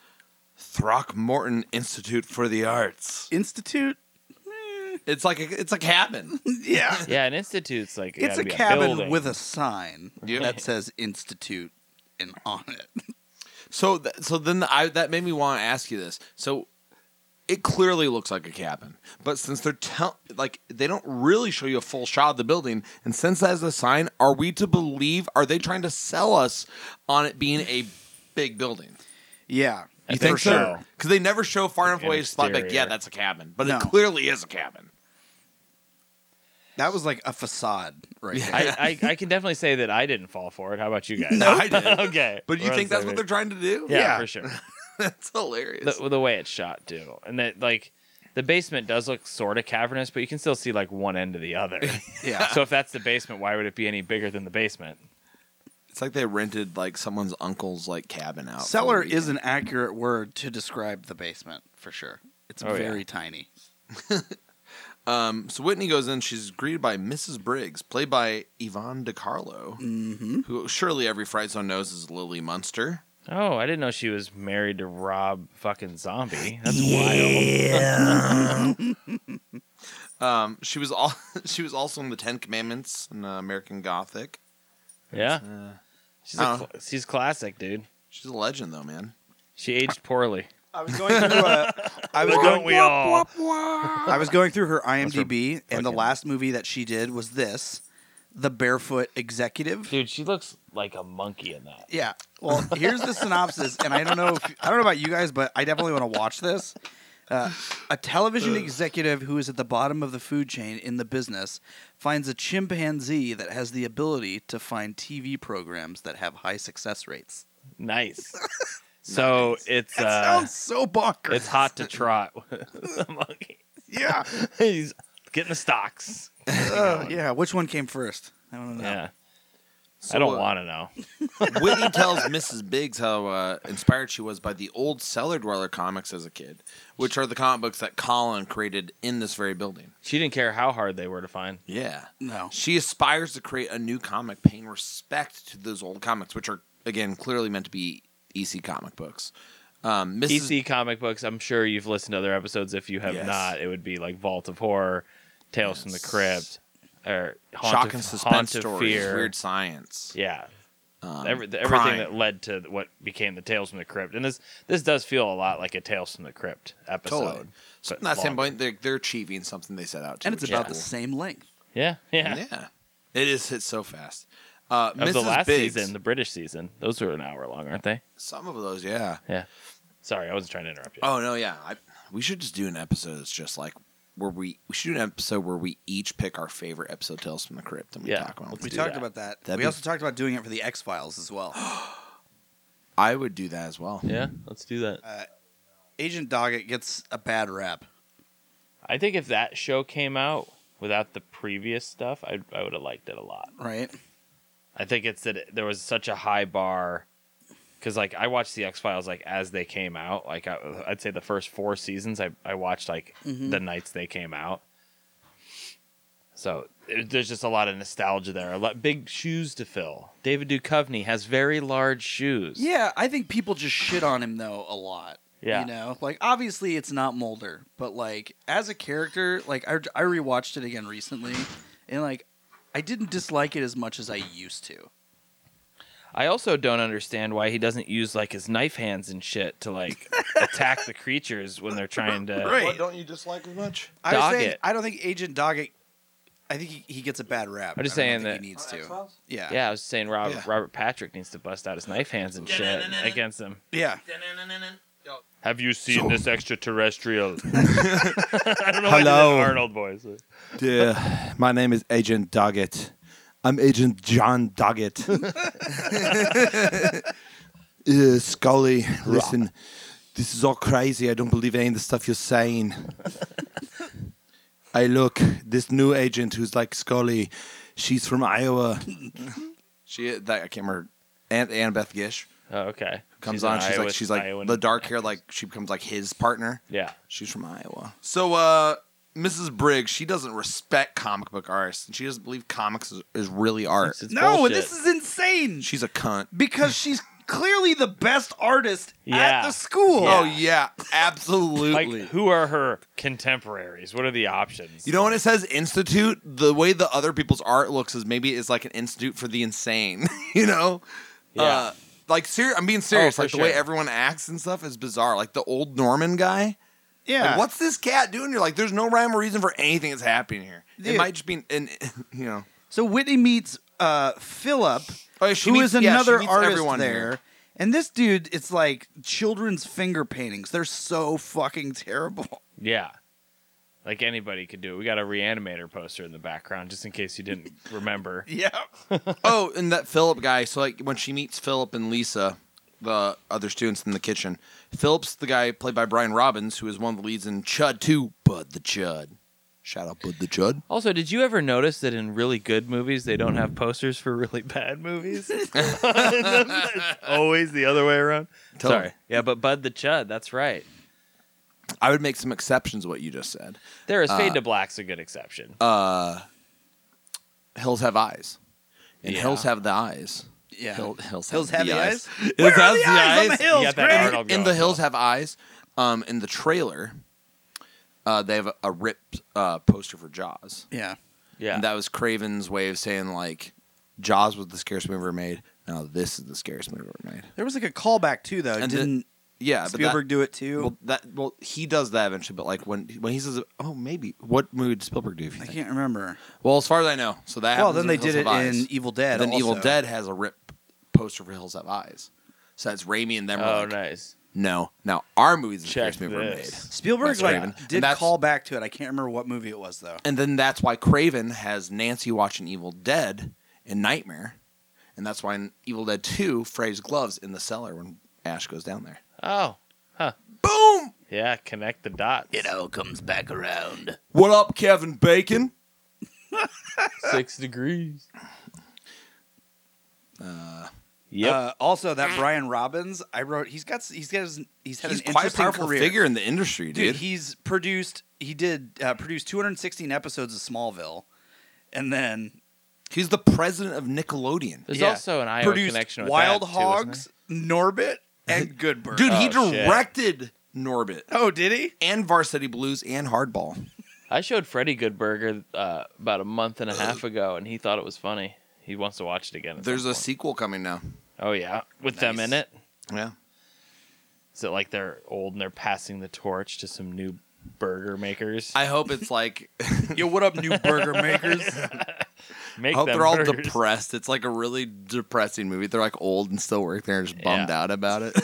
Speaker 2: Throckmorton Institute for the Arts.
Speaker 3: Institute.
Speaker 2: It's like a, it's a cabin.
Speaker 3: Yeah,
Speaker 1: Yeah, an institute's like
Speaker 3: it's
Speaker 1: gotta
Speaker 3: a
Speaker 1: be
Speaker 3: cabin
Speaker 1: building.
Speaker 3: with
Speaker 6: The sign
Speaker 2: Yeah.
Speaker 6: that says institute and on it.
Speaker 2: So th- so then I that made me want to ask you this. So it clearly looks like a cabin, but since they're tell like they don't really show you a full shot of the building, and since that is a sign, are we to believe? Are they trying to sell us on it being a big building?
Speaker 3: yeah.
Speaker 1: I
Speaker 2: For
Speaker 1: think so.
Speaker 2: Because they never show far enough
Speaker 1: an
Speaker 2: away to spot like, yeah,
Speaker 1: exterior.
Speaker 2: that's a cabin, but
Speaker 3: No.
Speaker 2: it clearly is a cabin.
Speaker 3: That was like a facade, right? there.
Speaker 1: I, I, I can definitely say that I didn't fall for it. How about you guys?
Speaker 2: No, I did.
Speaker 1: okay.
Speaker 2: But you
Speaker 1: We're on
Speaker 2: think
Speaker 1: the
Speaker 2: that's
Speaker 1: same
Speaker 2: what they're
Speaker 1: page.
Speaker 2: trying to do?
Speaker 1: Yeah,
Speaker 3: Yeah.
Speaker 1: for sure.
Speaker 2: that's hilarious.
Speaker 1: The, the way it's shot too, and that like the basement does look sort of cavernous, but you can still see like one end of the other.
Speaker 3: yeah.
Speaker 1: so if that's the basement, why would it be any bigger than the basement?
Speaker 2: It's like they rented like someone's uncle's like cabin out. for
Speaker 6: Cellar
Speaker 1: Oh,
Speaker 2: the weekend.
Speaker 6: is an accurate word to describe the basement for sure. It's
Speaker 1: Oh, yeah.
Speaker 6: very tiny.
Speaker 2: Um, so Whitney goes in. She's greeted by Mrs. Briggs, played by Yvonne DiCarlo,
Speaker 6: Mm-hmm.
Speaker 2: who surely every Fright Zone knows is Lily Munster.
Speaker 1: Oh, I didn't know she was married to Rob fucking Zombie. That's wild.
Speaker 2: Um, she was all she was also in the Ten Commandments in uh, American Gothic.
Speaker 1: Yeah, she's a,
Speaker 2: Uh.
Speaker 1: cl- she's classic, dude.
Speaker 2: She's a legend, though, man.
Speaker 1: She aged poorly.
Speaker 3: I was going through. Uh, I was
Speaker 1: Don't
Speaker 3: going.
Speaker 1: we all?
Speaker 3: I was going through her IMDb, and the
Speaker 1: fucking-
Speaker 3: last movie that she did was this, The Barefoot Executive.
Speaker 1: Dude, she looks like a monkey in that.
Speaker 3: Yeah. Well, here's the synopsis, and I don't know if I don't know about you guys, but I definitely want to watch this. Uh, a television executive who is at the bottom of the food chain in the business finds a chimpanzee that has the ability to find TV programs that have high success rates.
Speaker 1: Nice. So it's
Speaker 3: That
Speaker 1: uh,
Speaker 3: sounds so bonkers.
Speaker 1: it's hot to trot. with a monkey.
Speaker 3: Yeah.
Speaker 1: He's getting the stocks.
Speaker 3: Uh, yeah. Which one came first? I don't know.
Speaker 1: Yeah.
Speaker 2: So,
Speaker 1: I don't
Speaker 2: uh,
Speaker 1: want to know.
Speaker 2: Whitney tells Mrs. Biggs how uh, inspired she was by the old Cellar Dweller comics as a kid, which are the comic books that Colin created in this very building.
Speaker 1: She didn't care how hard they were to find.
Speaker 2: Yeah.
Speaker 3: No.
Speaker 2: She aspires to create a new comic paying respect to those old comics, which are, again, clearly meant to be EC comic books. Um, Mrs.
Speaker 1: EC comic books. I'm sure you've listened to other episodes. If you have
Speaker 2: Yes.
Speaker 1: not, it would be like Vault of Horror, Tales from the
Speaker 2: Yes.
Speaker 1: Crypt, or Haunt
Speaker 2: Shock
Speaker 1: of, Haunt
Speaker 2: and suspense
Speaker 1: of
Speaker 2: stories,
Speaker 1: Fear.
Speaker 2: weird science.
Speaker 1: Yeah,
Speaker 2: um,
Speaker 1: Every, the- everything
Speaker 2: crime.
Speaker 1: that led to what became the Tales from the Crypt, and this this does feel a lot like a Tales from the Crypt episode.
Speaker 2: Totally. So
Speaker 1: but
Speaker 2: from that
Speaker 1: longer.
Speaker 2: standpoint, they're, they're achieving something they set out to.
Speaker 3: And it's
Speaker 2: which is
Speaker 3: about the
Speaker 2: cool.
Speaker 3: same length.
Speaker 1: Yeah, yeah.
Speaker 2: Yeah. It is hit so fast. Uh,
Speaker 1: Of
Speaker 2: Mrs.
Speaker 1: the last
Speaker 2: Biggs,
Speaker 1: season, the British season, those were an hour long, aren't they?
Speaker 2: some of those, yeah.
Speaker 1: Yeah. Sorry, I wasn't trying to interrupt you.
Speaker 2: Oh no, yeah. I, we should just do an episode that's just like where we we should do an episode where we each pick our favorite episode tales from the crypt and we
Speaker 1: Yeah.
Speaker 2: talk about
Speaker 3: We
Speaker 1: do
Speaker 2: them.
Speaker 3: talked
Speaker 1: that.
Speaker 3: about that.
Speaker 2: That'd
Speaker 3: we
Speaker 2: be-
Speaker 3: also talked about doing it for the X Files as well.
Speaker 2: I would do that as well.
Speaker 1: Yeah, let's do that.
Speaker 3: Agent Doggett gets a bad rap.
Speaker 1: I think if that show came out without the previous stuff, I I would have liked it a lot.
Speaker 3: Right.
Speaker 1: I think it's that it- there was such a high bar because like I watched the X Files like as they came out. Like I, I'd say the first four seasons I I watched like the nights they came out. So it, there's just a lot of nostalgia there. A lot big shoes to fill. David Duchovny has very large shoes.
Speaker 3: Yeah, I think people just shit on him though a lot.
Speaker 1: Yeah.
Speaker 3: You know, like obviously it's not Mulder, but like as a character, like I, I rewatched it again recently, and like I didn't dislike it as much as I used to.
Speaker 1: I also don't understand why he doesn't use like his knife hands and shit to like attack the creatures when they're trying to.
Speaker 3: Right.
Speaker 2: don't you dislike as much?
Speaker 3: I was saying
Speaker 1: Doggett.
Speaker 3: I don't think Agent Doggett. I think he, he gets a bad rap.
Speaker 1: I'm just
Speaker 3: I don't
Speaker 1: saying
Speaker 3: think
Speaker 1: that-
Speaker 3: he needs to. Yeah.
Speaker 1: Yeah, I was saying Robert,
Speaker 2: Yeah.
Speaker 1: Robert Patrick needs to bust out his knife hands and shit against them.
Speaker 3: Yeah.
Speaker 1: Have you seen this extraterrestrial? I don't know why I did an
Speaker 9: Hello.
Speaker 1: Arnold voice.
Speaker 9: Yeah, my name is Agent Doggett. I'm Agent John Doggett. uh, Scully, listen, this is all crazy. I don't believe any of the stuff you're saying. I look, this new agent who's like Scully, she's from Iowa.
Speaker 2: She that I can't remember. Aunt Annabeth Gish
Speaker 1: Oh, okay.
Speaker 2: comes
Speaker 1: an
Speaker 2: on. She's
Speaker 1: Iowa-
Speaker 2: like she's like
Speaker 1: Iowan-
Speaker 2: the dark hair. Like she becomes like his partner.
Speaker 1: Yeah.
Speaker 2: She's from Iowa. So, uh, Mrs. Briggs, she doesn't respect comic book artists, and she doesn't believe comics is, is really art.
Speaker 1: It's
Speaker 3: No,
Speaker 1: bullshit.
Speaker 3: this is insane
Speaker 2: She's a cunt.
Speaker 3: because she's clearly the best artist
Speaker 1: Yeah.
Speaker 3: at the school.
Speaker 1: Yeah.
Speaker 2: Oh yeah,
Speaker 1: like
Speaker 2: absolutely.
Speaker 1: who are her contemporaries? What are the options?
Speaker 2: you know when it says institute, the way the other people's art looks is maybe it's like an institute for the insane. you know,
Speaker 1: Yeah.
Speaker 2: Uh, like ser- I'm being serious.
Speaker 1: for
Speaker 2: like the way
Speaker 1: sure.
Speaker 2: everyone acts and stuff is bizarre. Like the old Norman guy.
Speaker 3: Yeah.
Speaker 2: Like, what's this cat doing? You're like, there's no rhyme or reason for anything that's happening here.
Speaker 3: Dude.
Speaker 2: It might just be, an, you know.
Speaker 3: So Whitney meets uh, Philip,
Speaker 2: Oh,
Speaker 3: who
Speaker 2: yeah,
Speaker 3: is
Speaker 2: she meets- yeah, she
Speaker 3: another
Speaker 2: meets
Speaker 3: artist
Speaker 2: everyone
Speaker 3: there.
Speaker 2: here.
Speaker 3: And this dude, it's like children's finger paintings. They're so fucking terrible.
Speaker 1: yeah. Like anybody could do it. We got a reanimator poster in the background just in case you didn't remember.
Speaker 3: Yeah.
Speaker 2: oh, and that Philip guy. So like when she meets Philip and Lisa, the other students in the kitchen, Philip's the guy played by Brian Robbins, who is one of the leads in Chud Two, Bud the Chud. Shout out Bud the Chud.
Speaker 1: Also, did you ever notice that in really good movies they don't have posters for really bad movies? It's always the other way around.
Speaker 2: Totally.
Speaker 1: Sorry. Yeah, but Bud the Chud, that's right.
Speaker 2: I would make some exceptions to what you just said. Uh,
Speaker 1: There
Speaker 3: Uh,
Speaker 1: is Fade to Black's a good exception.
Speaker 2: Hills have eyes, and
Speaker 1: Yeah.
Speaker 2: hills have the eyes.
Speaker 3: Yeah.
Speaker 2: Hill, hills,
Speaker 3: Hills
Speaker 2: have,
Speaker 3: have
Speaker 2: the
Speaker 3: the
Speaker 2: eyes.
Speaker 3: eyes?
Speaker 2: Hills
Speaker 3: Where are
Speaker 2: have
Speaker 3: the eyes Oh, on the hills,
Speaker 1: You got that
Speaker 3: Greg?
Speaker 1: Arnold
Speaker 2: And
Speaker 1: going.
Speaker 2: the hills have eyes. Um, in the trailer, uh, they have a, a ripped uh, poster for Jaws.
Speaker 3: Yeah.
Speaker 1: Yeah.
Speaker 2: And that was Craven's way of saying like, Jaws was the scariest movie ever made. Now this is the scariest movie ever made.
Speaker 3: There was like a callback too, though.
Speaker 2: And the-
Speaker 3: Didn't
Speaker 2: Yeah, but that-
Speaker 3: Spielberg do it too?
Speaker 2: Well, that well he does that eventually, but like when when he says, "Oh, maybe," what movie did Spielberg do? If you
Speaker 3: I
Speaker 2: think?
Speaker 3: can't remember.
Speaker 2: Well, as far as I know, so that.
Speaker 3: Well, then
Speaker 2: happens
Speaker 3: they
Speaker 2: Hills
Speaker 3: did it
Speaker 2: Have Eyes.
Speaker 3: in Evil Dead.
Speaker 2: Then Evil
Speaker 3: also.
Speaker 2: Dead has a rip poster for Hills Have Eyes, so that's Raimi and them. were
Speaker 1: oh,
Speaker 2: like,
Speaker 1: nice.
Speaker 2: No, now our movie's the
Speaker 1: Check
Speaker 2: first movie ever made,
Speaker 1: this.
Speaker 3: Spielberg
Speaker 2: That's
Speaker 3: like
Speaker 2: Raven. And
Speaker 3: did
Speaker 2: that's-
Speaker 3: call back to it. I can't remember what movie it was though.
Speaker 2: and then that's why Craven has Nancy watching Evil Dead and Nightmare, and that's why in Evil Dead Two, Frey's gloves in the cellar when Ash goes down there.
Speaker 1: Oh,
Speaker 2: Boom!
Speaker 1: yeah. Connect the dots.
Speaker 6: It all comes back around.
Speaker 2: What up, Kevin Bacon?
Speaker 1: Six degrees. Uh. Yep.
Speaker 3: Uh, also, that Brian Robbins, I wrote. He's got. He's got. His, he's had
Speaker 2: He's
Speaker 3: an
Speaker 2: quite a
Speaker 3: interesting
Speaker 2: powerful
Speaker 3: career.
Speaker 2: figure in the industry,
Speaker 3: dude,
Speaker 2: dude.
Speaker 3: he's produced. He did uh, produce 216 episodes of Smallville, and then
Speaker 2: He's the president of Nickelodeon.
Speaker 1: There's
Speaker 3: yeah,
Speaker 1: also an IO
Speaker 3: produced
Speaker 1: connection with
Speaker 3: Wild
Speaker 1: that, too, isn't
Speaker 3: Hogs, Norbit, and Goodburn.
Speaker 2: Dude, he
Speaker 1: Oh, shit.
Speaker 2: directed Norbit
Speaker 3: oh, did he?
Speaker 2: and Varsity Blues and Hardball.
Speaker 1: I showed Freddy Good Burger uh, about a month and a half ago, and he thought it was funny. He wants to watch it again. at
Speaker 2: There's
Speaker 1: some
Speaker 2: a
Speaker 1: point.
Speaker 2: sequel coming now.
Speaker 1: oh yeah, with them in
Speaker 6: Nice.
Speaker 1: it.
Speaker 2: Yeah.
Speaker 1: Is it like they're old and they're passing the torch to some new burger makers?
Speaker 2: I hope it's like
Speaker 3: Yo, what up, new burger makers?
Speaker 1: Make
Speaker 2: I hope
Speaker 1: them
Speaker 2: Oh, they're all
Speaker 1: burgers.
Speaker 2: depressed. It's like a really depressing movie. They're like old and still work there and just bummed
Speaker 1: Yeah.
Speaker 2: out about it.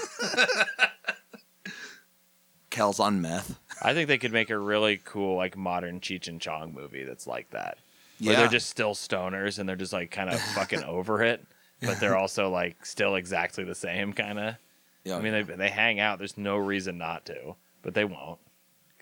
Speaker 2: Cal's on meth.
Speaker 1: I think they could make a really cool like modern Cheech and Chong movie that's like that. Where they're just still stoners and they're just like kind of fucking over it, but they're also like still exactly the same kind of.
Speaker 2: Yeah.
Speaker 1: I mean, they they hang out. There's no reason not to, but they won't.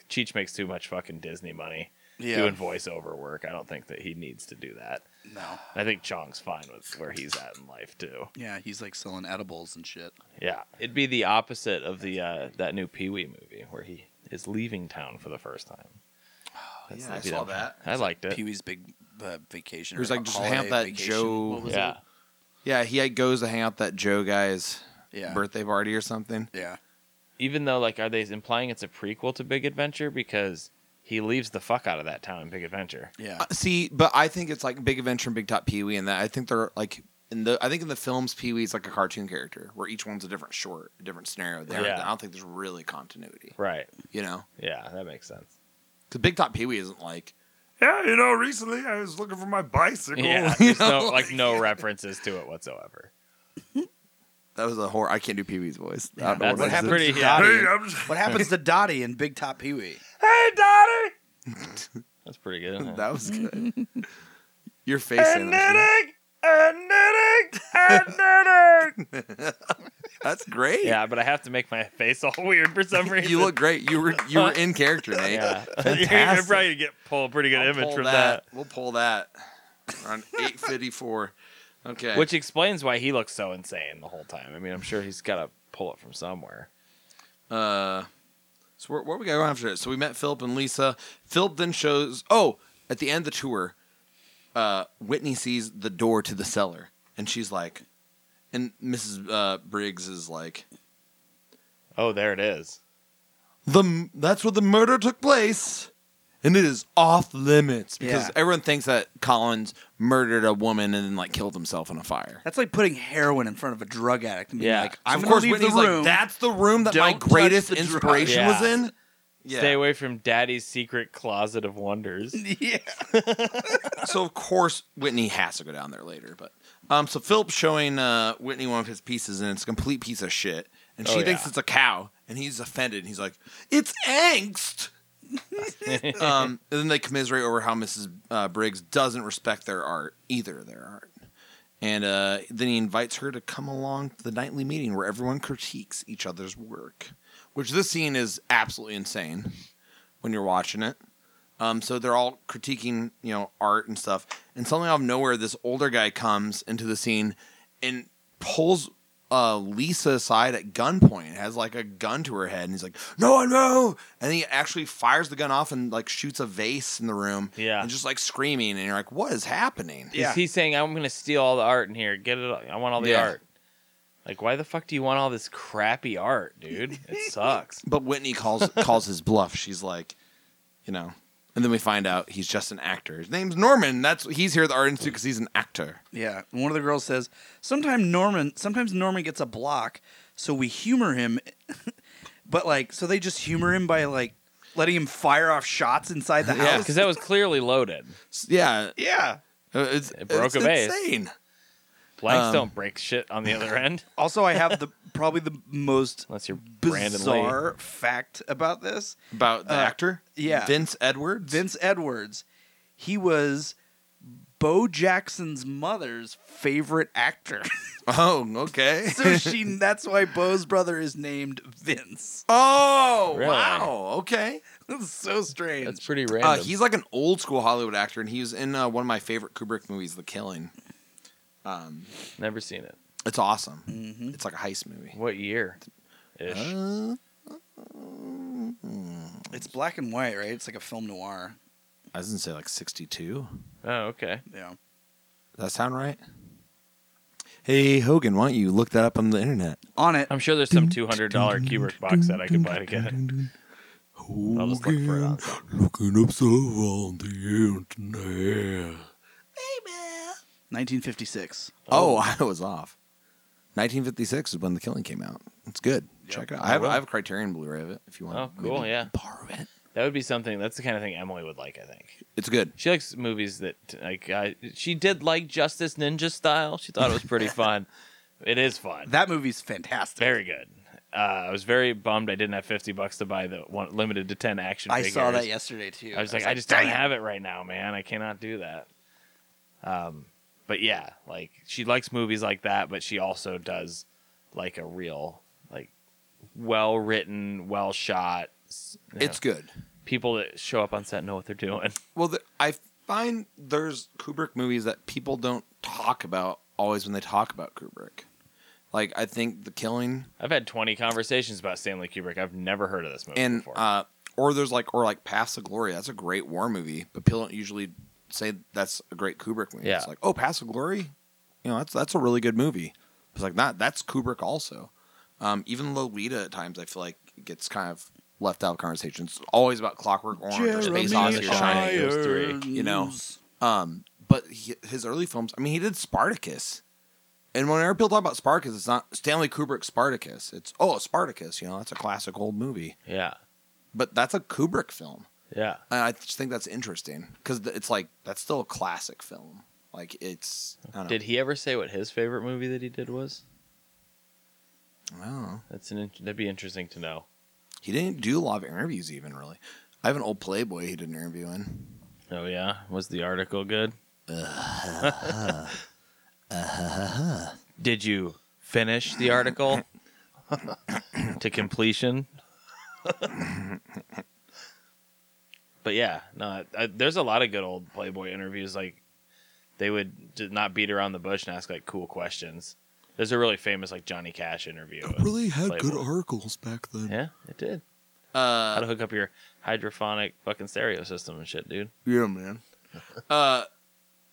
Speaker 1: Cheech makes too much fucking Disney money
Speaker 3: Yeah.
Speaker 1: doing voiceover work. I don't think that he needs to do that.
Speaker 3: no.
Speaker 1: I think Chong's fine with where he's at in life too.
Speaker 3: Yeah, he's like selling edibles and shit.
Speaker 1: Yeah, it'd be the opposite of the uh, that new Pee Wee movie where he is leaving town for the first time. That's-
Speaker 2: Oh, yeah, I
Speaker 1: that'd be
Speaker 2: saw
Speaker 1: the-
Speaker 2: that.
Speaker 1: I liked it.
Speaker 3: Pee Wee's big uh, vacation.
Speaker 2: He was
Speaker 3: or
Speaker 2: like, just
Speaker 3: holiday
Speaker 2: have that
Speaker 3: vacation.
Speaker 2: Joe-
Speaker 3: What was
Speaker 1: yeah,
Speaker 3: it?
Speaker 2: yeah, he like, goes to hang out that Joe guy's
Speaker 3: Yeah.
Speaker 2: birthday party or something.
Speaker 3: Yeah.
Speaker 1: even though like, are they implying it's a prequel to Big Adventure because he leaves the fuck out of that town in Big Adventure?
Speaker 3: Yeah.
Speaker 2: Uh, see, but I think it's like Big Adventure and Big Top Pee Wee, and that I think they're like in the I think in the films Pee Wee's like a cartoon character where each one's a different short, a different scenario. There,
Speaker 1: Yeah.
Speaker 2: I don't think there's really continuity.
Speaker 1: Right.
Speaker 2: You know,
Speaker 1: Yeah, that makes sense.
Speaker 2: because Big Top Pee Wee isn't like
Speaker 10: Yeah, you know, recently I was looking for my bicycle.
Speaker 1: Yeah,
Speaker 2: You
Speaker 1: there's no
Speaker 2: know,
Speaker 1: like no references to it whatsoever.
Speaker 2: that was a horror. I can't do Pee Wee's voice. I don't know
Speaker 1: That's
Speaker 2: what it is.
Speaker 1: pretty.
Speaker 3: Dottie
Speaker 1: Yeah,
Speaker 3: in-
Speaker 10: I'm just-
Speaker 3: what happens to Dottie in Big Top Pee Wee?
Speaker 10: Hey, Daddy!
Speaker 1: that's pretty good. Isn't it?
Speaker 2: That was good. Your face.
Speaker 10: And
Speaker 2: animation.
Speaker 10: knitting! And knitting! And knitting!
Speaker 2: That's great.
Speaker 1: Yeah, but I have to make my face all weird for some reason.
Speaker 2: You look great. You were you were in character, Nate.
Speaker 1: Yeah, you're
Speaker 2: Fantastic.
Speaker 1: probably gonna get pull a pretty good
Speaker 2: I'll
Speaker 1: image
Speaker 2: pull
Speaker 1: from that.
Speaker 2: We'll pull that on eight fifty four. Okay.
Speaker 1: Which explains why he looks so insane the whole time. I mean, I'm sure he's got to pull it from somewhere.
Speaker 2: Uh, so where, where we going after this? So we met Philip and Lisa. Philip then shows. Oh, at the end of the tour, uh, Whitney sees the door to the cellar, and she's like, and Mrs. Uh, Briggs is like,
Speaker 1: Oh, there it is.
Speaker 2: the m- that's where the murder took place, and it is off limits because
Speaker 3: Yeah.
Speaker 2: everyone thinks that Collins murdered a woman and then like killed himself in a fire.
Speaker 3: That's like putting heroin in front of a drug addict. And being
Speaker 1: Yeah.
Speaker 3: Like,
Speaker 1: So
Speaker 3: I'm
Speaker 2: of
Speaker 3: gonna
Speaker 2: course,
Speaker 3: leave
Speaker 2: Whitney's
Speaker 3: the room.
Speaker 2: like, that's the room that my
Speaker 3: Don't touch
Speaker 2: greatest
Speaker 3: the drugs."
Speaker 2: inspiration was
Speaker 1: Yeah.
Speaker 2: in. Yeah.
Speaker 1: Stay away from Daddy's secret closet of wonders.
Speaker 3: yeah.
Speaker 2: so of course Whitney has to go down there later, but um, so Philip's showing uh, Whitney one of his pieces, and it's a complete piece of shit, and she
Speaker 1: Oh,
Speaker 2: thinks
Speaker 1: yeah.
Speaker 2: it's a cow, and he's offended, and he's like, "It's angst." um, and then they commiserate over how Mrs. Uh, Briggs doesn't respect their art, either of their art, and uh, then he invites her to come along to the nightly meeting where everyone critiques each other's work, which this scene is absolutely insane when you're watching it. Um, so they're all critiquing, you know, art and stuff. And suddenly out of nowhere, this older guy comes into the scene and pulls uh, Lisa aside at gunpoint. and Has like a gun to her head, and he's like, "No, no!" And he actually fires the gun off and like shoots a vase in the room.
Speaker 1: Yeah.
Speaker 2: and just like screaming, and you're like, "What is happening?"
Speaker 1: Is he saying, I'm going to steal all the art in here? Get it. all- I want all the
Speaker 2: Yeah.
Speaker 1: art. Like, why the fuck do you want all this crappy art, dude? It sucks.
Speaker 2: But Whitney calls calls his bluff. She's like, you know. And then we find out he's just an actor. His name's Norman. That's he's here at the art institute because he's an actor.
Speaker 3: Yeah. And one of the girls says, "Sometimes Norman, sometimes Norman gets a block, so we humor him, but like, so they just humor him by like letting him fire off shots inside the
Speaker 2: Yeah.
Speaker 3: house."
Speaker 1: because that was clearly loaded.
Speaker 2: S- Yeah,
Speaker 3: Yeah.
Speaker 2: uh, it's,
Speaker 1: It broke
Speaker 2: it's
Speaker 1: a vase.
Speaker 2: insane.
Speaker 1: Blanks
Speaker 2: Um,
Speaker 1: don't break shit on the other end
Speaker 3: Also, I have the probably the most
Speaker 1: unless you're Brandon Lee.
Speaker 3: bizarre fact about this.
Speaker 2: About the
Speaker 3: Uh,
Speaker 2: actor,
Speaker 3: yeah.
Speaker 2: Vince Edwards.
Speaker 3: Vince Edwards, he was Bo Jackson's mother's favorite actor.
Speaker 2: Oh, okay.
Speaker 3: so she that's why Bo's brother is named Vince.
Speaker 2: oh,
Speaker 1: Really?
Speaker 2: wow. Okay.
Speaker 3: That's so strange.
Speaker 1: That's pretty random.
Speaker 2: Uh, he's like an old school Hollywood actor, and he was in uh, one of my favorite Kubrick movies, The Killing. Um,
Speaker 1: never seen it.
Speaker 2: it's awesome.
Speaker 3: Mhm.
Speaker 2: It's like a heist movie.
Speaker 1: What year? Ish.
Speaker 2: Uh,
Speaker 3: It's black and white, right? It's like a film noir.
Speaker 2: I was gonna say like sixty-two.
Speaker 1: oh, okay.
Speaker 3: Yeah.
Speaker 2: Does that sound right? Hey Hogan, why don't you look that up on the internet?
Speaker 3: On it.
Speaker 1: I'm sure there's some two hundred dollar Kubrick box set I could buy to get it. I'll just look for uh, it. On.
Speaker 2: Looking up stuff on the internet.
Speaker 3: 1956.
Speaker 2: Oh, I was off. 1956 is when The Killing came out. It's good. Check it out. I have, I have a Criterion Blu-ray of it if you want.
Speaker 1: Oh, cool,
Speaker 2: maybe
Speaker 1: yeah.
Speaker 2: Borrow it.
Speaker 1: That would be something. That's the kind of thing Emily would like. I think
Speaker 2: It's good.
Speaker 1: she likes movies that like. I, she did like Justice Ninja style. She thought it was pretty fun. It is fun.
Speaker 3: That movie's fantastic.
Speaker 1: Very good. Uh, I was very bummed I didn't have fifty bucks to buy the one limited to ten action.
Speaker 6: I
Speaker 1: figures.
Speaker 6: saw that yesterday too.
Speaker 1: I was like, I just don't have it right now, man. I cannot do that. Um, but yeah, like she likes movies like that, but she also does like a real, like, well written, well shot. s- you
Speaker 2: It's
Speaker 1: know,
Speaker 2: good.
Speaker 1: people that show up on set know what they're doing.
Speaker 2: Well, the, I find there's Kubrick movies that people don't talk about always when they talk about Kubrick. Like I think The Killing
Speaker 1: I've had twenty conversations about Stanley Kubrick. I've never heard of this movie
Speaker 2: and
Speaker 1: before.
Speaker 2: uh, or there's like or like Paths of Glory. That's a great war movie, but people don't usually say that's a great Kubrick movie.
Speaker 1: Yeah.
Speaker 2: It's like oh, Paths of Glory, you know that's that's a really good movie. It's like not that's Kubrick also. Um, even Lolita at times I feel like gets kind of left out of conversations. It's always about Clockwork Orange or Space
Speaker 1: Jeremy
Speaker 2: Odyssey or Shining.
Speaker 1: Irons. those three,
Speaker 2: you know. Um, but he, his early films, I mean, he did Spartacus. And whenever people talk about Spartacus, it's not Stanley Kubrick Spartacus. It's, oh, Spartacus, you know, that's a classic old movie.
Speaker 1: yeah,
Speaker 2: But that's a Kubrick film.
Speaker 1: yeah.
Speaker 2: And I just think that's interesting because it's like, that's still a classic film. Like, it's, I don't know.
Speaker 1: Did he ever say what his favorite movie that he did was?
Speaker 2: I don't know.
Speaker 1: That's an in- that'd be interesting to know.
Speaker 2: He didn't do a lot of interviews, even really. I have an old Playboy he did an interview in.
Speaker 1: Oh yeah, was the article good? Did you finish the article to completion? but yeah, no, I, there's a lot of good old Playboy interviews. Like they would d- not beat around the bush and ask like cool questions. There's a really famous like Johnny Cash interview. of Playboy.
Speaker 2: articles back then.
Speaker 1: Yeah, it did.
Speaker 2: Uh,
Speaker 1: How to hook up your hydrophonic fucking stereo system and shit, dude.
Speaker 2: Yeah, man. uh,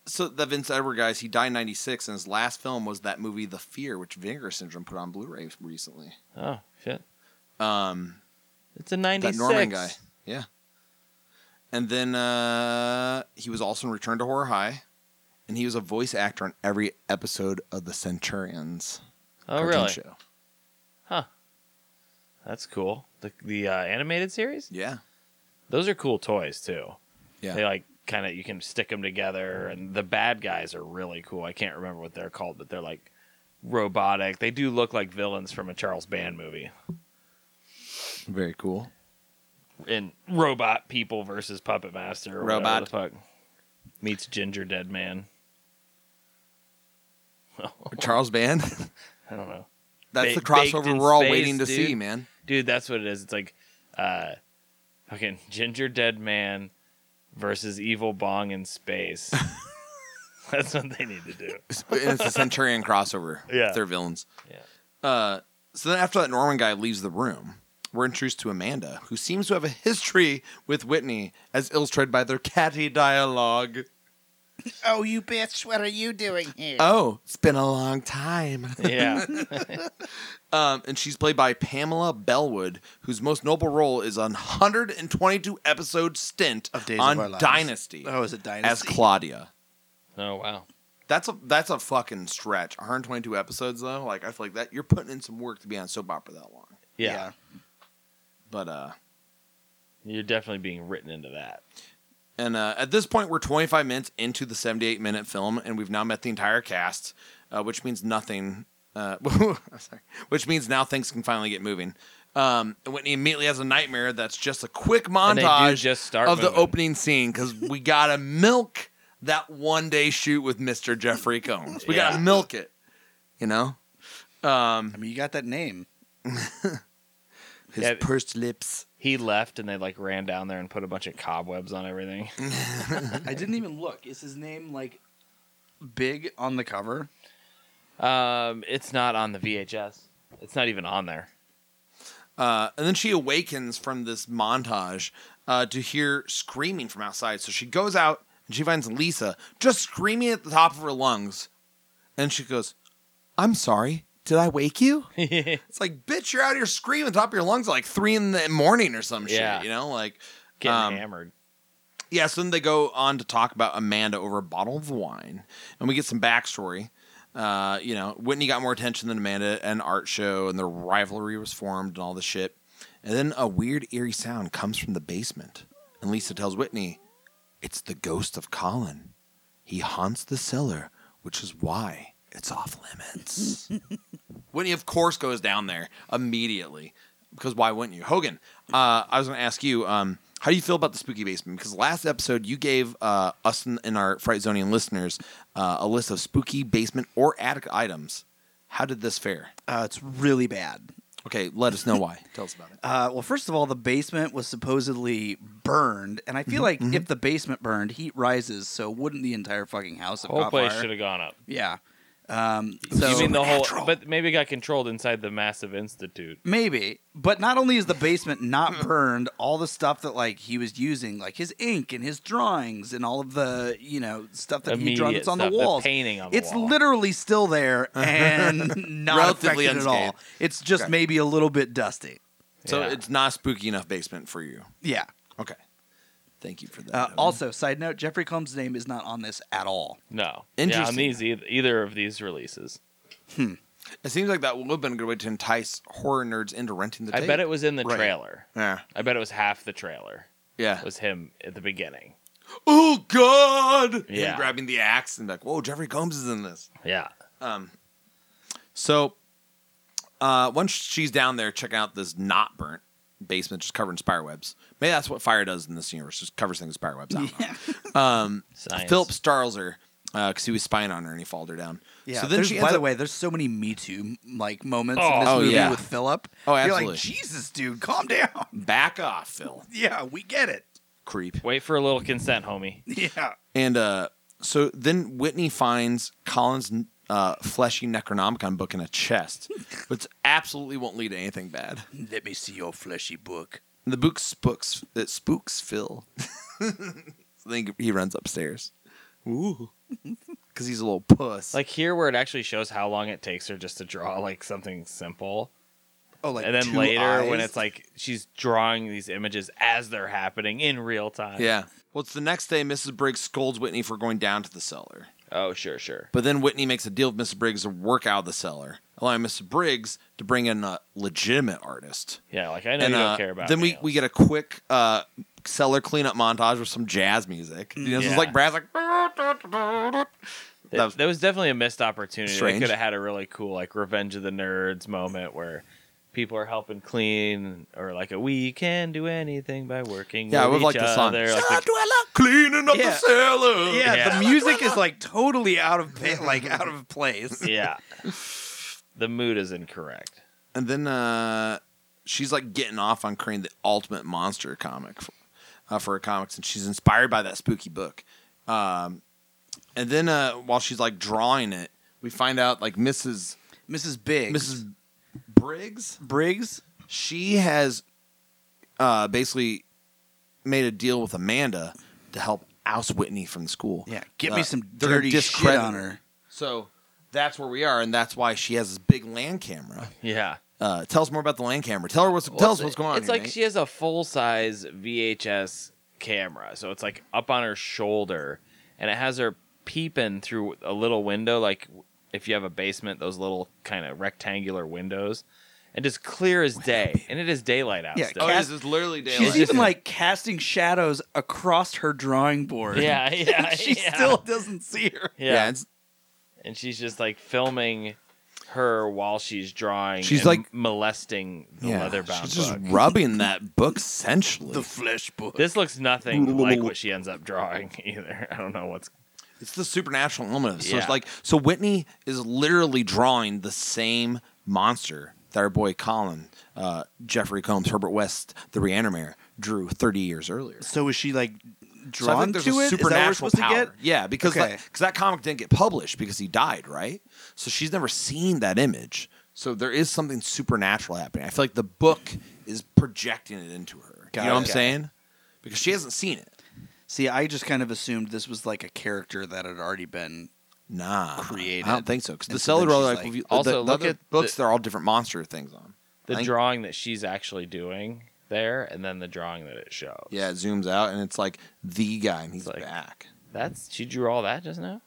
Speaker 2: so the Vince Edward guys, he died in '96, and his last film was that movie, The Fear, which Vinegar Syndrome put on Blu-ray recently.
Speaker 1: Oh shit,
Speaker 2: Um,
Speaker 1: it's a '96.
Speaker 2: that Norman guy, yeah. And then uh, he was also in Return to Horror High, and he was a voice actor on every episode of The Centurions.
Speaker 1: Oh
Speaker 2: cartoon
Speaker 1: really?
Speaker 2: Show.
Speaker 1: That's cool. The the uh, animated series.
Speaker 2: Yeah,
Speaker 1: Those are cool toys too.
Speaker 2: yeah.
Speaker 1: They like kind of you can stick them together, and the bad guys are really cool. I can't remember what they're called, but they're like robotic. They do look like villains from a Charles Band movie.
Speaker 2: Very cool.
Speaker 1: And robot people versus puppet master. Or whatever
Speaker 2: Robot.
Speaker 1: the fuck meets ginger dead man.
Speaker 2: Charles Band.
Speaker 1: I don't know,
Speaker 2: That's the
Speaker 1: Ba- baked
Speaker 2: crossover
Speaker 1: in
Speaker 2: we're all
Speaker 1: space,
Speaker 2: waiting to
Speaker 1: dude.
Speaker 2: see, man.
Speaker 1: dude. That's what it is. It's like uh, fucking ginger dead man versus evil bong in space. that's what they need to do.
Speaker 2: and it's a Centurion crossover.
Speaker 1: Yeah.
Speaker 2: They're villains.
Speaker 1: Yeah.
Speaker 2: Uh, so then after that Norman guy leaves the room, we're introduced to Amanda, who seems to have a history with Whitney, as illustrated by their catty dialogue.
Speaker 6: Oh, you bitch! What are you doing here?
Speaker 2: Oh, it's been a long time.
Speaker 1: Yeah.
Speaker 2: Um, and she's played by Pamela Bellwood, whose most noble role is a 122 episode stint
Speaker 3: Of Days of
Speaker 2: on
Speaker 3: Our Lives.
Speaker 2: Dynasty
Speaker 3: Oh, is it Dynasty?
Speaker 2: as Claudia.
Speaker 1: Oh wow.
Speaker 2: That's a that's a fucking stretch. 122 episodes though, like I feel like that you're putting in some work to be on a soap opera that long.
Speaker 1: Yeah.
Speaker 2: But uh,
Speaker 1: You're definitely being written into that.
Speaker 2: and uh, at this point we're 25 minutes into the 78 minute film, and we've now met the entire cast, uh, which means nothing. Uh, I'm sorry, which means now things can finally get moving. Um, and Whitney immediately has a nightmare that's just a quick
Speaker 1: And they do
Speaker 2: montage
Speaker 1: just start
Speaker 2: of the
Speaker 1: moving.
Speaker 2: opening scene because we gotta milk that one day shoot with Mr. Jeffrey Combs. We gotta
Speaker 1: Yeah.
Speaker 2: milk it, you know. Um,
Speaker 3: I mean, you got that name.
Speaker 2: his
Speaker 1: Yeah.
Speaker 2: pursed lips.
Speaker 1: He left and they like ran down there and put a bunch of cobwebs on everything.
Speaker 3: I didn't even look. Is his name like big on the cover?
Speaker 1: Um, it's not on the VHS. It's not even on there.
Speaker 2: Uh, and then she awakens from this montage uh, to hear screaming from outside. So she goes out and she finds Lisa just screaming at the top of her lungs. And she goes, I'm sorry. Did I wake you?
Speaker 1: Can
Speaker 2: It's like, bitch, you're out here screaming at the top of your lungs at like three in the morning or some
Speaker 1: Yeah.
Speaker 2: shit. You know, like,
Speaker 1: Getting
Speaker 2: Um,
Speaker 1: hammered.
Speaker 2: Yeah, so then they go on to talk about Amanda over a bottle of wine, and we get some backstory. Uh, you know, Whitney got more attention than Amanda at an art show, and their rivalry was formed and all this shit. And then a weird, eerie sound comes from the basement, and Lisa tells Whitney, It's the ghost of Colin. He haunts the cellar, which is why it's off limits. Whitney, of course, goes down there immediately because why wouldn't you? Hogan, uh, I was going to ask you, um, how do you feel about the spooky basement? Because last episode you gave uh, us and and our Fright Zonian listeners uh, a list of spooky basement or attic items. How did this fare?
Speaker 3: Uh, it's really bad.
Speaker 2: Okay, let us know why. Tell us about it.
Speaker 3: Uh, well, first of all, the basement was supposedly burned, and I
Speaker 1: Mm-hmm.
Speaker 3: feel like if the basement burned, heat rises, so wouldn't the entire fucking house have
Speaker 1: Whole
Speaker 3: caught
Speaker 1: place
Speaker 3: fire?
Speaker 1: should have gone up.
Speaker 3: Yeah. Um, so
Speaker 1: you mean the whole? But maybe it got controlled inside the massive institute.
Speaker 3: Maybe, but not only is the basement not burned, all the stuff that like he was using, like his ink and his drawings and all of the you know stuff that he drew
Speaker 1: Immediate
Speaker 3: that's on the
Speaker 1: stuff, the
Speaker 3: walls,
Speaker 1: painting on the
Speaker 3: it's
Speaker 1: wall.
Speaker 3: literally still there and not
Speaker 2: Relatively
Speaker 3: affected at all.
Speaker 2: unscathed.
Speaker 3: It's just
Speaker 2: Okay.
Speaker 3: maybe a little bit dusty.
Speaker 2: So
Speaker 1: Yeah.
Speaker 2: it's not spooky enough basement for you.
Speaker 3: Yeah.
Speaker 2: Okay, thank you for that.
Speaker 3: Uh,
Speaker 2: Hogan.
Speaker 3: also, side note: Jeffrey Combs' name is not on this at all.
Speaker 1: No. Yeah, on
Speaker 2: Interesting.
Speaker 1: these either, either of these releases,
Speaker 2: it seems like that would have been a good way to entice horror nerds into renting the.
Speaker 1: I
Speaker 2: tape.
Speaker 1: bet it was in the
Speaker 2: Right.
Speaker 1: trailer.
Speaker 2: Yeah,
Speaker 1: I bet it was half the trailer
Speaker 2: yeah.
Speaker 1: was him at the beginning.
Speaker 2: oh God! Yeah,
Speaker 1: Yeah.
Speaker 2: grabbing the axe and like, whoa, Jeffrey Combs is in this.
Speaker 1: Yeah.
Speaker 2: Um, so uh, once she's down there checking out this not burnt basement, just covered in spirewebs. Maybe that's what fire does in this universe, just covers things with spirewebs. I don't know.
Speaker 1: Science.
Speaker 2: Philip startles her because he was spying on her and he followed her down.
Speaker 3: Yeah.
Speaker 2: So then
Speaker 3: there's-
Speaker 2: she
Speaker 3: by
Speaker 2: ends
Speaker 3: the
Speaker 2: up-
Speaker 3: way, there's so many Me Too like moments in
Speaker 1: Oh,
Speaker 3: this
Speaker 2: oh,
Speaker 3: movie
Speaker 2: yeah.
Speaker 3: with Philip.
Speaker 2: Oh,
Speaker 3: You're
Speaker 2: absolutely.
Speaker 3: like, Jesus, dude, calm down.
Speaker 2: back off, Phil.
Speaker 3: yeah, we get it.
Speaker 2: Creep.
Speaker 1: Wait for a little consent, homie.
Speaker 3: Yeah.
Speaker 2: And uh, so then Whitney finds Colin's uh, fleshy Necronomicon book in a chest, which absolutely won't lead to anything bad.
Speaker 3: Let me see your fleshy book.
Speaker 2: The book spooks it spooks Phil. so then he runs upstairs. Ooh. Cause he's a little puss.
Speaker 1: Like here, where it actually shows how long it takes her just to draw like something simple.
Speaker 3: Oh, like
Speaker 1: and then
Speaker 3: two
Speaker 1: later when
Speaker 3: eyes?
Speaker 1: it's like she's drawing these images as they're happening in real time.
Speaker 2: Yeah. Well, it's the next day Mrs. Briggs scolds Whitney for going down to the cellar.
Speaker 1: Oh, sure, sure.
Speaker 2: But then Whitney makes a deal with Mrs. Briggs to work out of the cellar, allowing Mrs. Briggs to bring in a legitimate artist.
Speaker 1: Yeah, like I know
Speaker 2: and
Speaker 1: you
Speaker 2: uh,
Speaker 1: don't care about.
Speaker 2: then we, we get a quick uh, cellar cleanup montage with some jazz music. You know,
Speaker 1: Yeah.
Speaker 2: it's like Brad's like
Speaker 1: that,
Speaker 2: that
Speaker 1: that
Speaker 2: was-
Speaker 1: was, definitely a missed opportunity.
Speaker 2: Strange.
Speaker 1: They could have had a really cool like Revenge of the Nerds moment where people are helping clean or like a we can do anything by working.
Speaker 2: Yeah, I
Speaker 1: with
Speaker 2: would like
Speaker 1: each
Speaker 2: the song.
Speaker 1: other," like the-
Speaker 2: cleaning up the
Speaker 3: Yeah.
Speaker 2: cellar.
Speaker 3: Yeah,
Speaker 1: Yeah.
Speaker 3: the music is like totally out of pa- like out of place.
Speaker 1: yeah, the mood is incorrect.
Speaker 2: And then uh, she's like getting off on creating the ultimate monster comic for, uh, for her comics, and she's inspired by that spooky book. Um, and then uh, while she's like drawing it, we find out like Mrs.
Speaker 3: Mrs. Biggs,
Speaker 2: Mrs. Briggs,
Speaker 3: Briggs.
Speaker 2: she has uh, basically made a deal with Amanda to help oust Whitney from the school.
Speaker 3: Yeah, get
Speaker 2: Uh,
Speaker 3: me some
Speaker 2: they're gonna
Speaker 3: dirty shit
Speaker 2: discredit
Speaker 3: on her.
Speaker 2: So that's where we are, and that's why she has this big land camera.
Speaker 1: Yeah.
Speaker 2: Uh, tell us more about the land camera. Tell her what's tell us what's going on.
Speaker 1: It's
Speaker 2: here,
Speaker 1: like
Speaker 2: Nate.
Speaker 1: she has a full size VHS camera, so it's like up on her shoulder, and it has her peeping through a little window, like if you have a basement, those little kind of rectangular windows, and just clear as day. And it is daylight out.
Speaker 3: Yeah,
Speaker 1: still.
Speaker 2: Oh, it is. It's literally daylight.
Speaker 3: She's even like casting shadows across her drawing board.
Speaker 1: yeah, yeah.
Speaker 3: she
Speaker 1: yeah.
Speaker 3: still doesn't see her.
Speaker 1: yeah.
Speaker 2: it's,
Speaker 1: and she's just like filming her while she's drawing.
Speaker 2: She's
Speaker 1: and
Speaker 2: like-
Speaker 1: molesting the
Speaker 2: yeah,
Speaker 1: leatherbound book.
Speaker 2: she's just rubbing that book sensually.
Speaker 3: flesh board.
Speaker 1: This looks nothing like what she ends up drawing either. I don't know what's
Speaker 2: It's the supernatural element of it. So it's
Speaker 1: Yeah.
Speaker 2: like so Whitney is literally drawing the same monster that our boy Colin, uh, Jeffrey Combs, Herbert West, the reanimator, drew thirty years earlier.
Speaker 3: So is she like
Speaker 2: So I
Speaker 3: drawn
Speaker 2: think there's
Speaker 3: to
Speaker 2: a
Speaker 3: it? Is that what we're
Speaker 2: supernatural
Speaker 3: supposed
Speaker 2: power.
Speaker 3: to get?
Speaker 2: Yeah, because
Speaker 3: Okay.
Speaker 2: that, cause that comic didn't get published because he died, right? So she's never seen that image. So there is something supernatural happening. I feel like the book is projecting it into her.
Speaker 3: Got
Speaker 2: you know what
Speaker 3: it.
Speaker 2: I'm saying? Because she hasn't seen it.
Speaker 3: See, I just kind of assumed this was like a character that had already been.
Speaker 2: Nah, I
Speaker 3: created.
Speaker 2: don't think so. Because the
Speaker 3: And so
Speaker 2: cellular,
Speaker 3: then she's
Speaker 2: like,
Speaker 3: like-
Speaker 2: review-
Speaker 1: Also,
Speaker 2: the, the
Speaker 1: look
Speaker 2: other
Speaker 1: at
Speaker 2: books.
Speaker 1: the-
Speaker 2: they're all different monster things on.
Speaker 1: the
Speaker 2: I think-
Speaker 1: drawing that she's actually doing there, and then the drawing that it shows.
Speaker 2: Yeah, it zooms out and it's like the guy, and he's
Speaker 1: like-
Speaker 2: back.
Speaker 1: that's she drew all that just now.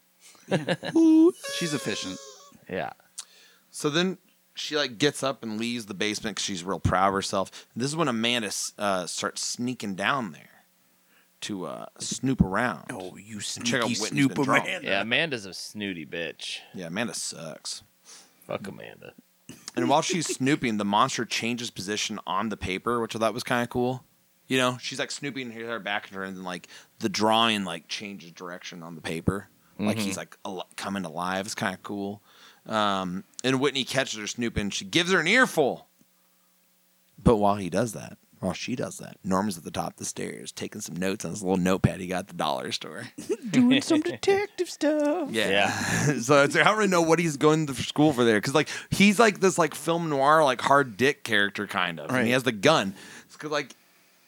Speaker 3: She's efficient.
Speaker 1: Yeah,
Speaker 2: So then she like gets up and leaves the basement because she's real proud of herself. This is when Amanda uh, starts sneaking down there to uh, snoop around.
Speaker 3: Oh, you
Speaker 2: check out
Speaker 3: sneaky
Speaker 2: Whitney's been
Speaker 3: snooper
Speaker 2: drawn.
Speaker 3: man.
Speaker 1: yeah. Amanda's a snooty bitch.
Speaker 2: Yeah, Amanda sucks.
Speaker 1: Fuck Amanda.
Speaker 2: And while she's snooping, the monster changes position on the paper, which I thought was kind of cool. You know, she's like snooping here, her back at her, and then like the drawing like changes direction on the paper, like he's like al- coming alive. It's kind of cool. Um, and Whitney catches her snooping. She gives her an earful. But while he does that, while she does that, Norman's at the top of the stairs taking some notes on his little notepad he got at the dollar store.
Speaker 3: Doing some detective stuff.
Speaker 2: Yeah. so it's, I don't really know what he's going to school for there because like he's like this like film noir like hard dick character kind of. And
Speaker 3: Right.
Speaker 2: he has the gun. It's 'cause, like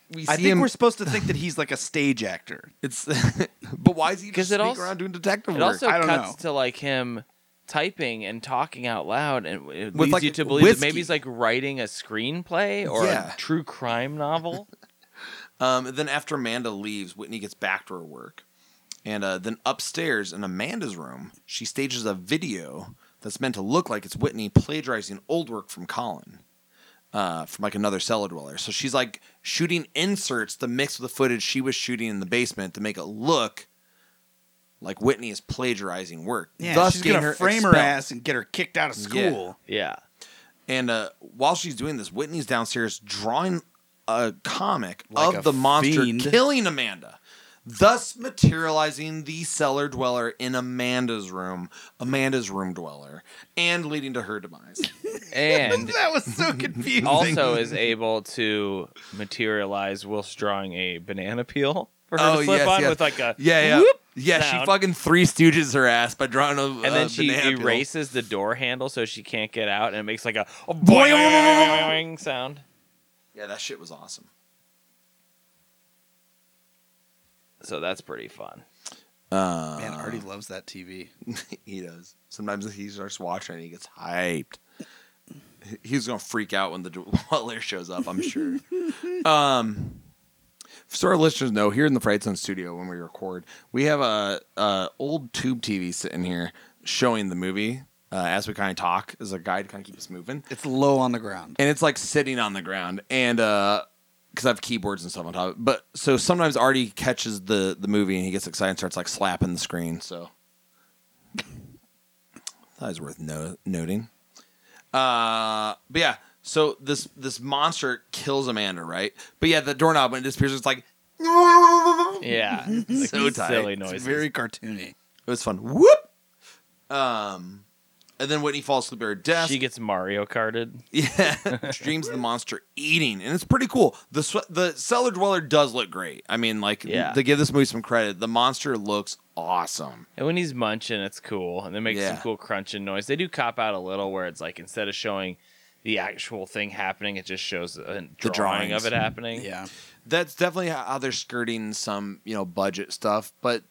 Speaker 2: we see
Speaker 3: I think
Speaker 2: him.
Speaker 3: we're supposed to think that he's like a stage actor.
Speaker 2: it's but why is he just
Speaker 1: 'Cause it
Speaker 2: sneaking
Speaker 1: also-
Speaker 2: around doing detective
Speaker 1: It
Speaker 2: work?
Speaker 1: also
Speaker 3: I don't
Speaker 1: cuts
Speaker 3: know.
Speaker 1: to like him typing and talking out loud, and it
Speaker 2: With,
Speaker 1: leads
Speaker 2: like,
Speaker 1: you to believe that
Speaker 2: whiskey.
Speaker 1: maybe he's like writing a screenplay or
Speaker 2: Yeah.
Speaker 1: a true crime novel.
Speaker 2: Um, and then after Amanda leaves, Whitney gets back to her work. And uh, then upstairs in Amanda's room, she stages a video that's meant to look like it's Whitney plagiarizing old work from Colin uh, from like another cellar dweller. So she's like shooting inserts to mix with the footage she was shooting in the basement to make it look like Whitney is plagiarizing work.
Speaker 3: Yeah,
Speaker 2: thus
Speaker 3: she's
Speaker 2: getting
Speaker 3: gonna frame her
Speaker 2: expelled.
Speaker 3: ass and get her kicked out of school.
Speaker 1: yeah,
Speaker 2: And uh, while she's doing this, Whitney's downstairs drawing a comic
Speaker 3: Like a
Speaker 2: of the monster
Speaker 3: fiend.
Speaker 2: killing Amanda, thus materializing the cellar dweller in Amanda's room, Amanda's room dweller, and leading to her demise.
Speaker 1: and
Speaker 3: That was so confusing.
Speaker 1: also is able to materialize whilst drawing a banana peel for
Speaker 2: Oh,
Speaker 1: her to slip on with like a
Speaker 2: yeah, yeah,
Speaker 1: whoop
Speaker 2: yeah. She
Speaker 1: sound.
Speaker 2: fucking three stooges her ass by drawing a
Speaker 1: and
Speaker 2: a
Speaker 1: then she
Speaker 2: banana peel.
Speaker 1: erases the door handle so she can't get out, and it makes like a, a boing sound.
Speaker 2: Yeah, that shit was awesome.
Speaker 1: So that's pretty fun.
Speaker 3: man, Artie loves that TV.
Speaker 2: he does. Sometimes he starts watching and he gets hyped. He's gonna freak out when the Butler shows up. I'm sure. um, so our listeners know here in the Fright Zone studio when we record, we have a, a old tube TV sitting here showing the movie uh, as we kind of talk as a guide to kind of keep us moving
Speaker 3: It's low on the ground.
Speaker 2: and it's like sitting on the ground and uh because i have keyboards and stuff on top of it but so sometimes artie catches the the movie and he gets excited and starts like slapping the screen so that is worth no- noting uh but yeah so this this monster kills amanda right but yeah the doorknob when it disappears it's like
Speaker 1: Yeah, like
Speaker 2: So
Speaker 1: these
Speaker 2: tight.
Speaker 1: silly
Speaker 3: It's
Speaker 1: noises.
Speaker 3: very cartoony.
Speaker 2: it was fun whoop um and then whitney falls asleep at her desk
Speaker 1: she gets Mario Karted.
Speaker 2: Yeah, dreams of the monster eating, and it's pretty cool. the swe- The cellar dweller does look great. I mean, like
Speaker 1: Yeah.
Speaker 2: to give this movie some credit, the monster looks awesome.
Speaker 1: And when he's munching, it's cool. And they make
Speaker 2: Yeah.
Speaker 1: some cool crunching noise. They do cop out a little where it's like instead of showing the actual thing happening. It just shows a drawing
Speaker 2: drawings.
Speaker 1: of it happening.
Speaker 6: Yeah.
Speaker 2: that's definitely how how they're skirting some you know budget stuff but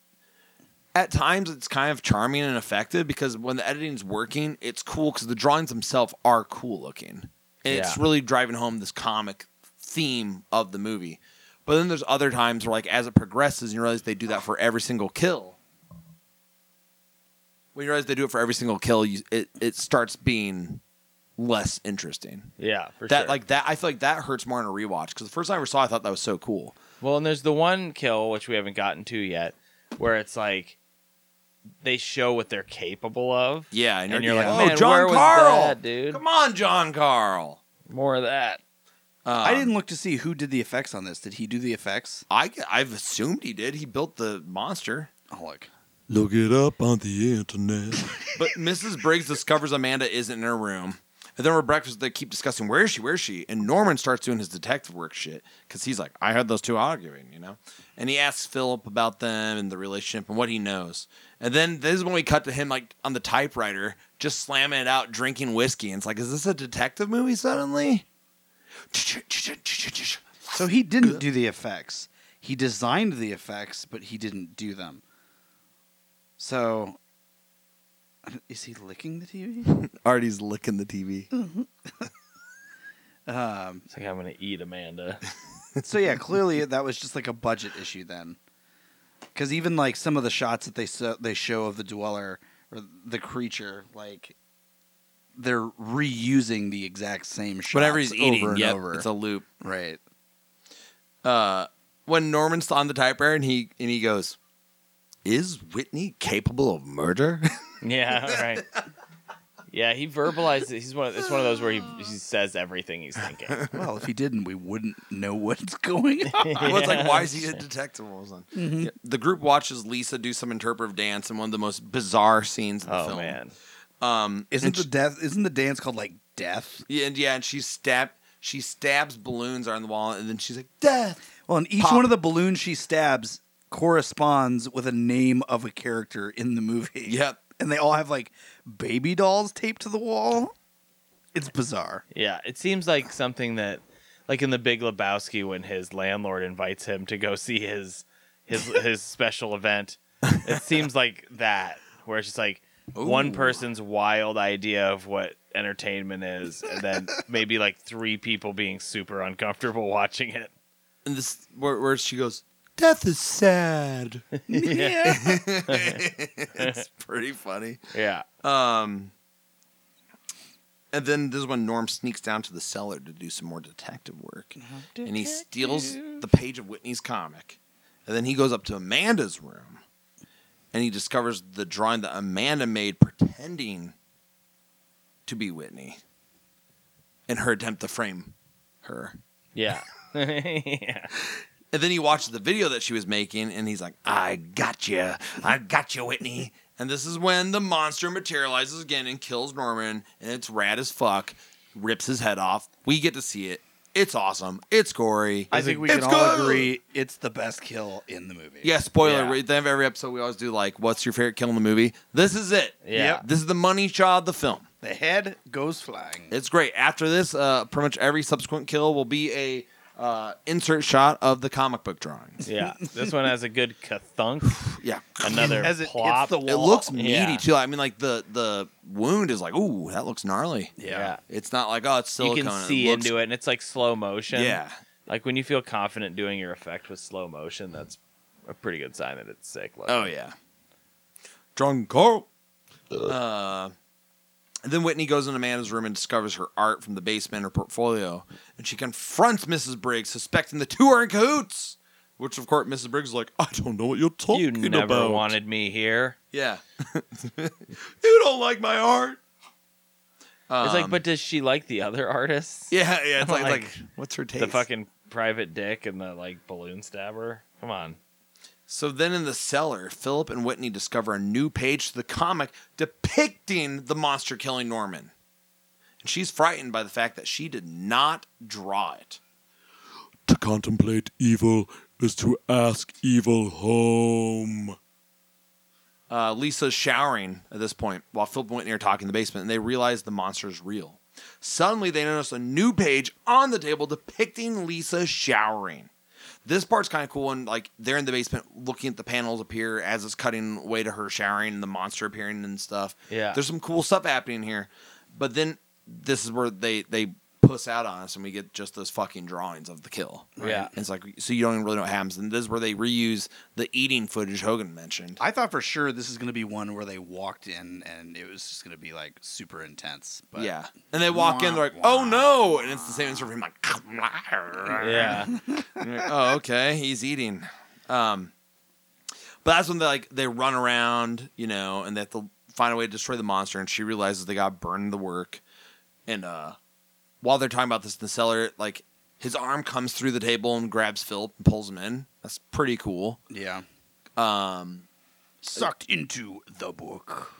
Speaker 2: at times it's kind of charming and effective because when the editing's working it's cool because the drawings themselves are cool looking and it's
Speaker 1: Yeah.
Speaker 2: really driving home this comic theme of the movie but then there's other times where like as it progresses you realize they do that for every single kill when you realize they do it for every single kill you, it, it starts being less interesting
Speaker 1: yeah, for
Speaker 2: that
Speaker 1: sure.
Speaker 2: like that i feel like that hurts more in a rewatch because the first time i ever saw it, i thought that was so cool
Speaker 1: Well, and there's the one kill which we haven't gotten to yet, where it's like they show what they're capable of.
Speaker 2: Yeah, and
Speaker 1: and
Speaker 2: you're-
Speaker 1: you're
Speaker 2: yeah.
Speaker 1: like, man,
Speaker 2: Oh, John
Speaker 1: where was
Speaker 2: Carl!
Speaker 1: that, dude?
Speaker 2: Come on, John Carl.
Speaker 1: More of that.
Speaker 2: Um,
Speaker 3: I didn't look to see who did the effects on this. Did he do the effects?
Speaker 2: I, I've assumed he did. He built the monster.
Speaker 3: Oh, look.
Speaker 4: Look it up on the internet.
Speaker 2: But Mrs. Briggs discovers Amanda isn't in her room. And then we're breakfast. They keep discussing where is she, where is she, and Norman starts doing his detective work shit because he's like, I heard those two arguing, you know. And he asks Philip about them and the relationship and what he knows. And then this is when we cut to him like on the typewriter, just slamming it out, drinking whiskey. And it's like, is this a detective movie suddenly?
Speaker 3: So he didn't do the effects. He designed the effects, but he didn't do them. So, is he licking the TV?
Speaker 2: Artie's licking the TV.
Speaker 3: um,
Speaker 1: It's like I'm gonna eat Amanda.
Speaker 3: so yeah, clearly that was just like a budget issue then, because even like some of the shots that they so- they show of the dweller or the creature, like they're reusing the exact same shots
Speaker 2: Whatever he's eating,
Speaker 3: over and
Speaker 2: yep,
Speaker 3: over.
Speaker 2: it's a loop.
Speaker 3: right.
Speaker 2: uh, when Norman's on the typewriter and he and he goes, "Is Whitney capable of murder?"
Speaker 1: yeah, right. Yeah, he verbalizes. He's one. Of, it's one of those where he, he says everything he's thinking.
Speaker 3: Well, if he didn't, we wouldn't know what's going on.
Speaker 2: Well, it's like, why is he a detective? All of a sudden?
Speaker 3: Mm-hmm.
Speaker 2: Yeah. The group watches Lisa do some interpretive dance in one of the most bizarre scenes in the
Speaker 1: Oh
Speaker 2: film.
Speaker 1: man,
Speaker 2: Um,
Speaker 3: Isn't the death? Isn't the dance called like death?
Speaker 2: yeah, and yeah, and she stab she stabs balloons on the wall, and then she's like, "Death."
Speaker 3: Well, and each
Speaker 2: Pop.
Speaker 3: one of the balloons she stabs corresponds with a name of a character in the movie.
Speaker 2: Yep.
Speaker 3: And they all have like baby dolls taped to the wall. It's bizarre.
Speaker 1: yeah. It seems like something that, like in the Big Lebowski, when his landlord invites him to go see his his his special event, it seems like that where it's just like one person's wild idea of what entertainment is, and then maybe like three people being super uncomfortable watching it.
Speaker 2: And this where, where she goes,
Speaker 4: Death is sad.
Speaker 2: "It's pretty funny."
Speaker 1: Yeah.
Speaker 2: Um, and then this is when Norm sneaks down to the cellar to do some more detective work, and he steals the page of Whitney's comic, and then he goes up to Amanda's room, and he discovers the drawing that Amanda made pretending to be Whitney, in her attempt to frame her.
Speaker 1: Yeah. yeah.
Speaker 2: And then he watches the video that she was making, and he's like, "I got you, I got you, Whitney." And this is when the monster materializes again and kills Norman, and it's rad as fuck. Rips his head off. We get to see it. It's awesome. It's gory.
Speaker 3: I think we
Speaker 2: It's
Speaker 3: can all
Speaker 2: good.
Speaker 3: agree it's the best kill in the movie.
Speaker 2: Yeah, spoiler.
Speaker 1: Yeah.
Speaker 2: We- At the end of every episode, we always do like, "What's your favorite kill in the movie?" This is it.
Speaker 1: Yeah. Yep.
Speaker 2: This is the money shot of the film.
Speaker 3: The head goes flying.
Speaker 2: It's great. After this, uh, pretty much every subsequent kill will be a uh, insert shot of the comic book drawing.
Speaker 1: Yeah. This one has a good kathunk.
Speaker 2: Yeah.
Speaker 1: Another
Speaker 3: As it hits
Speaker 1: plop.
Speaker 3: the
Speaker 2: It
Speaker 3: wall.
Speaker 2: looks meaty
Speaker 1: Yeah.
Speaker 2: too. I mean, like the the wound is like, ooh, that looks gnarly.
Speaker 1: yeah.
Speaker 2: It's not like oh, it's silicone.
Speaker 1: You can see
Speaker 2: it looks,
Speaker 1: into it, and it's like slow motion.
Speaker 2: Yeah,
Speaker 1: Like when you feel confident doing your effect with slow motion, that's a pretty good sign that it's sick. Like,
Speaker 2: Oh yeah. Drunk Carl. Uh, and then Whitney goes into Amanda's room and discovers her art from the basement, her portfolio, and she confronts Mrs. Briggs, suspecting the two are in cahoots. Which of course Mrs. Briggs is like, "Oh,
Speaker 4: I don't know what you're talking
Speaker 1: you never
Speaker 4: about.
Speaker 1: wanted me here.
Speaker 2: yeah. you don't like my art.
Speaker 1: it's like,
Speaker 2: Um,
Speaker 1: but does she like the other artists?
Speaker 2: yeah, yeah. It's like,
Speaker 1: Like,
Speaker 2: like, what's her taste?
Speaker 1: The fucking private dick and the like balloon stabber. Come on.
Speaker 2: So then in the cellar, Philip and Whitney discover a new page to the comic depicting the monster killing Norman. And she's frightened by the fact that she did not draw it.
Speaker 4: To contemplate evil is to ask evil home.
Speaker 2: Uh, Lisa's showering at this point while Philip and Whitney are talking in the basement, and they realize the monster is real. Suddenly, they notice a new page on the table depicting Lisa showering. This part's kind of cool, and like they're in the basement looking at the panels appear as it's cutting away to her showering and the monster appearing and stuff.
Speaker 1: Yeah.
Speaker 2: there's some cool stuff happening here, but then this is where they they puss out on us, and we get just those fucking drawings of the kill.
Speaker 1: Yeah.
Speaker 2: And it's like so you don't even really know what happens, and this is where they reuse the eating footage Hogan mentioned.
Speaker 3: I thought for sure this is going to be one where they walked in and it was just going to be like super intense. But
Speaker 2: yeah. And they walk in, they're like, oh no. And it's the same as for him, like,
Speaker 1: Yeah.
Speaker 2: And you're like, oh, okay, he's eating. Um, but that's when they like they run around, you know, and they have to find a way to destroy the monster. And she realizes they got burned in the work. And uh, while they're talking about this in the cellar, like his arm comes through the table and grabs Philip and pulls him in. That's pretty cool.
Speaker 3: Yeah.
Speaker 2: Um,
Speaker 3: Sucked into the book.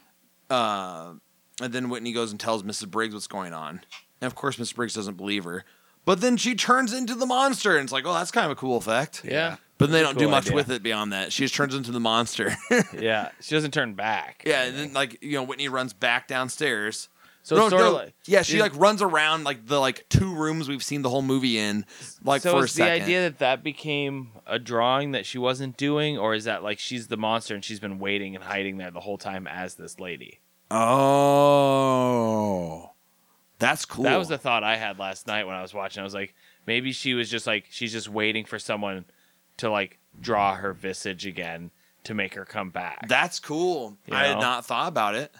Speaker 2: Uh, and then Whitney goes and tells Mrs. Briggs what's going on. And of course, Mrs. Briggs doesn't believe her. But then she turns into the monster, and it's like, oh, that's kind of a cool effect.
Speaker 1: Yeah.
Speaker 2: But they don't do
Speaker 1: Cool
Speaker 2: much
Speaker 1: idea.
Speaker 2: with it beyond that. She just turns into the monster.
Speaker 1: Yeah. She doesn't turn back.
Speaker 2: yeah, and then like you know, Whitney runs back downstairs.
Speaker 1: So it's sorta like-
Speaker 2: yeah, she
Speaker 1: is-
Speaker 2: like runs around like the like two rooms we've seen the whole movie in. Like
Speaker 1: so
Speaker 2: for a
Speaker 1: is the
Speaker 2: second.
Speaker 1: idea that that became a drawing that she wasn't doing, or is that like she's the monster and she's been waiting and hiding there the whole time as this lady?
Speaker 2: oh, that's cool.
Speaker 1: That was the thought I had last night when I was watching. I was like, maybe she was just like she's just waiting for someone to like draw her visage again to make her come back.
Speaker 2: that's cool.
Speaker 1: You
Speaker 2: I had
Speaker 1: know?
Speaker 2: not thought about it.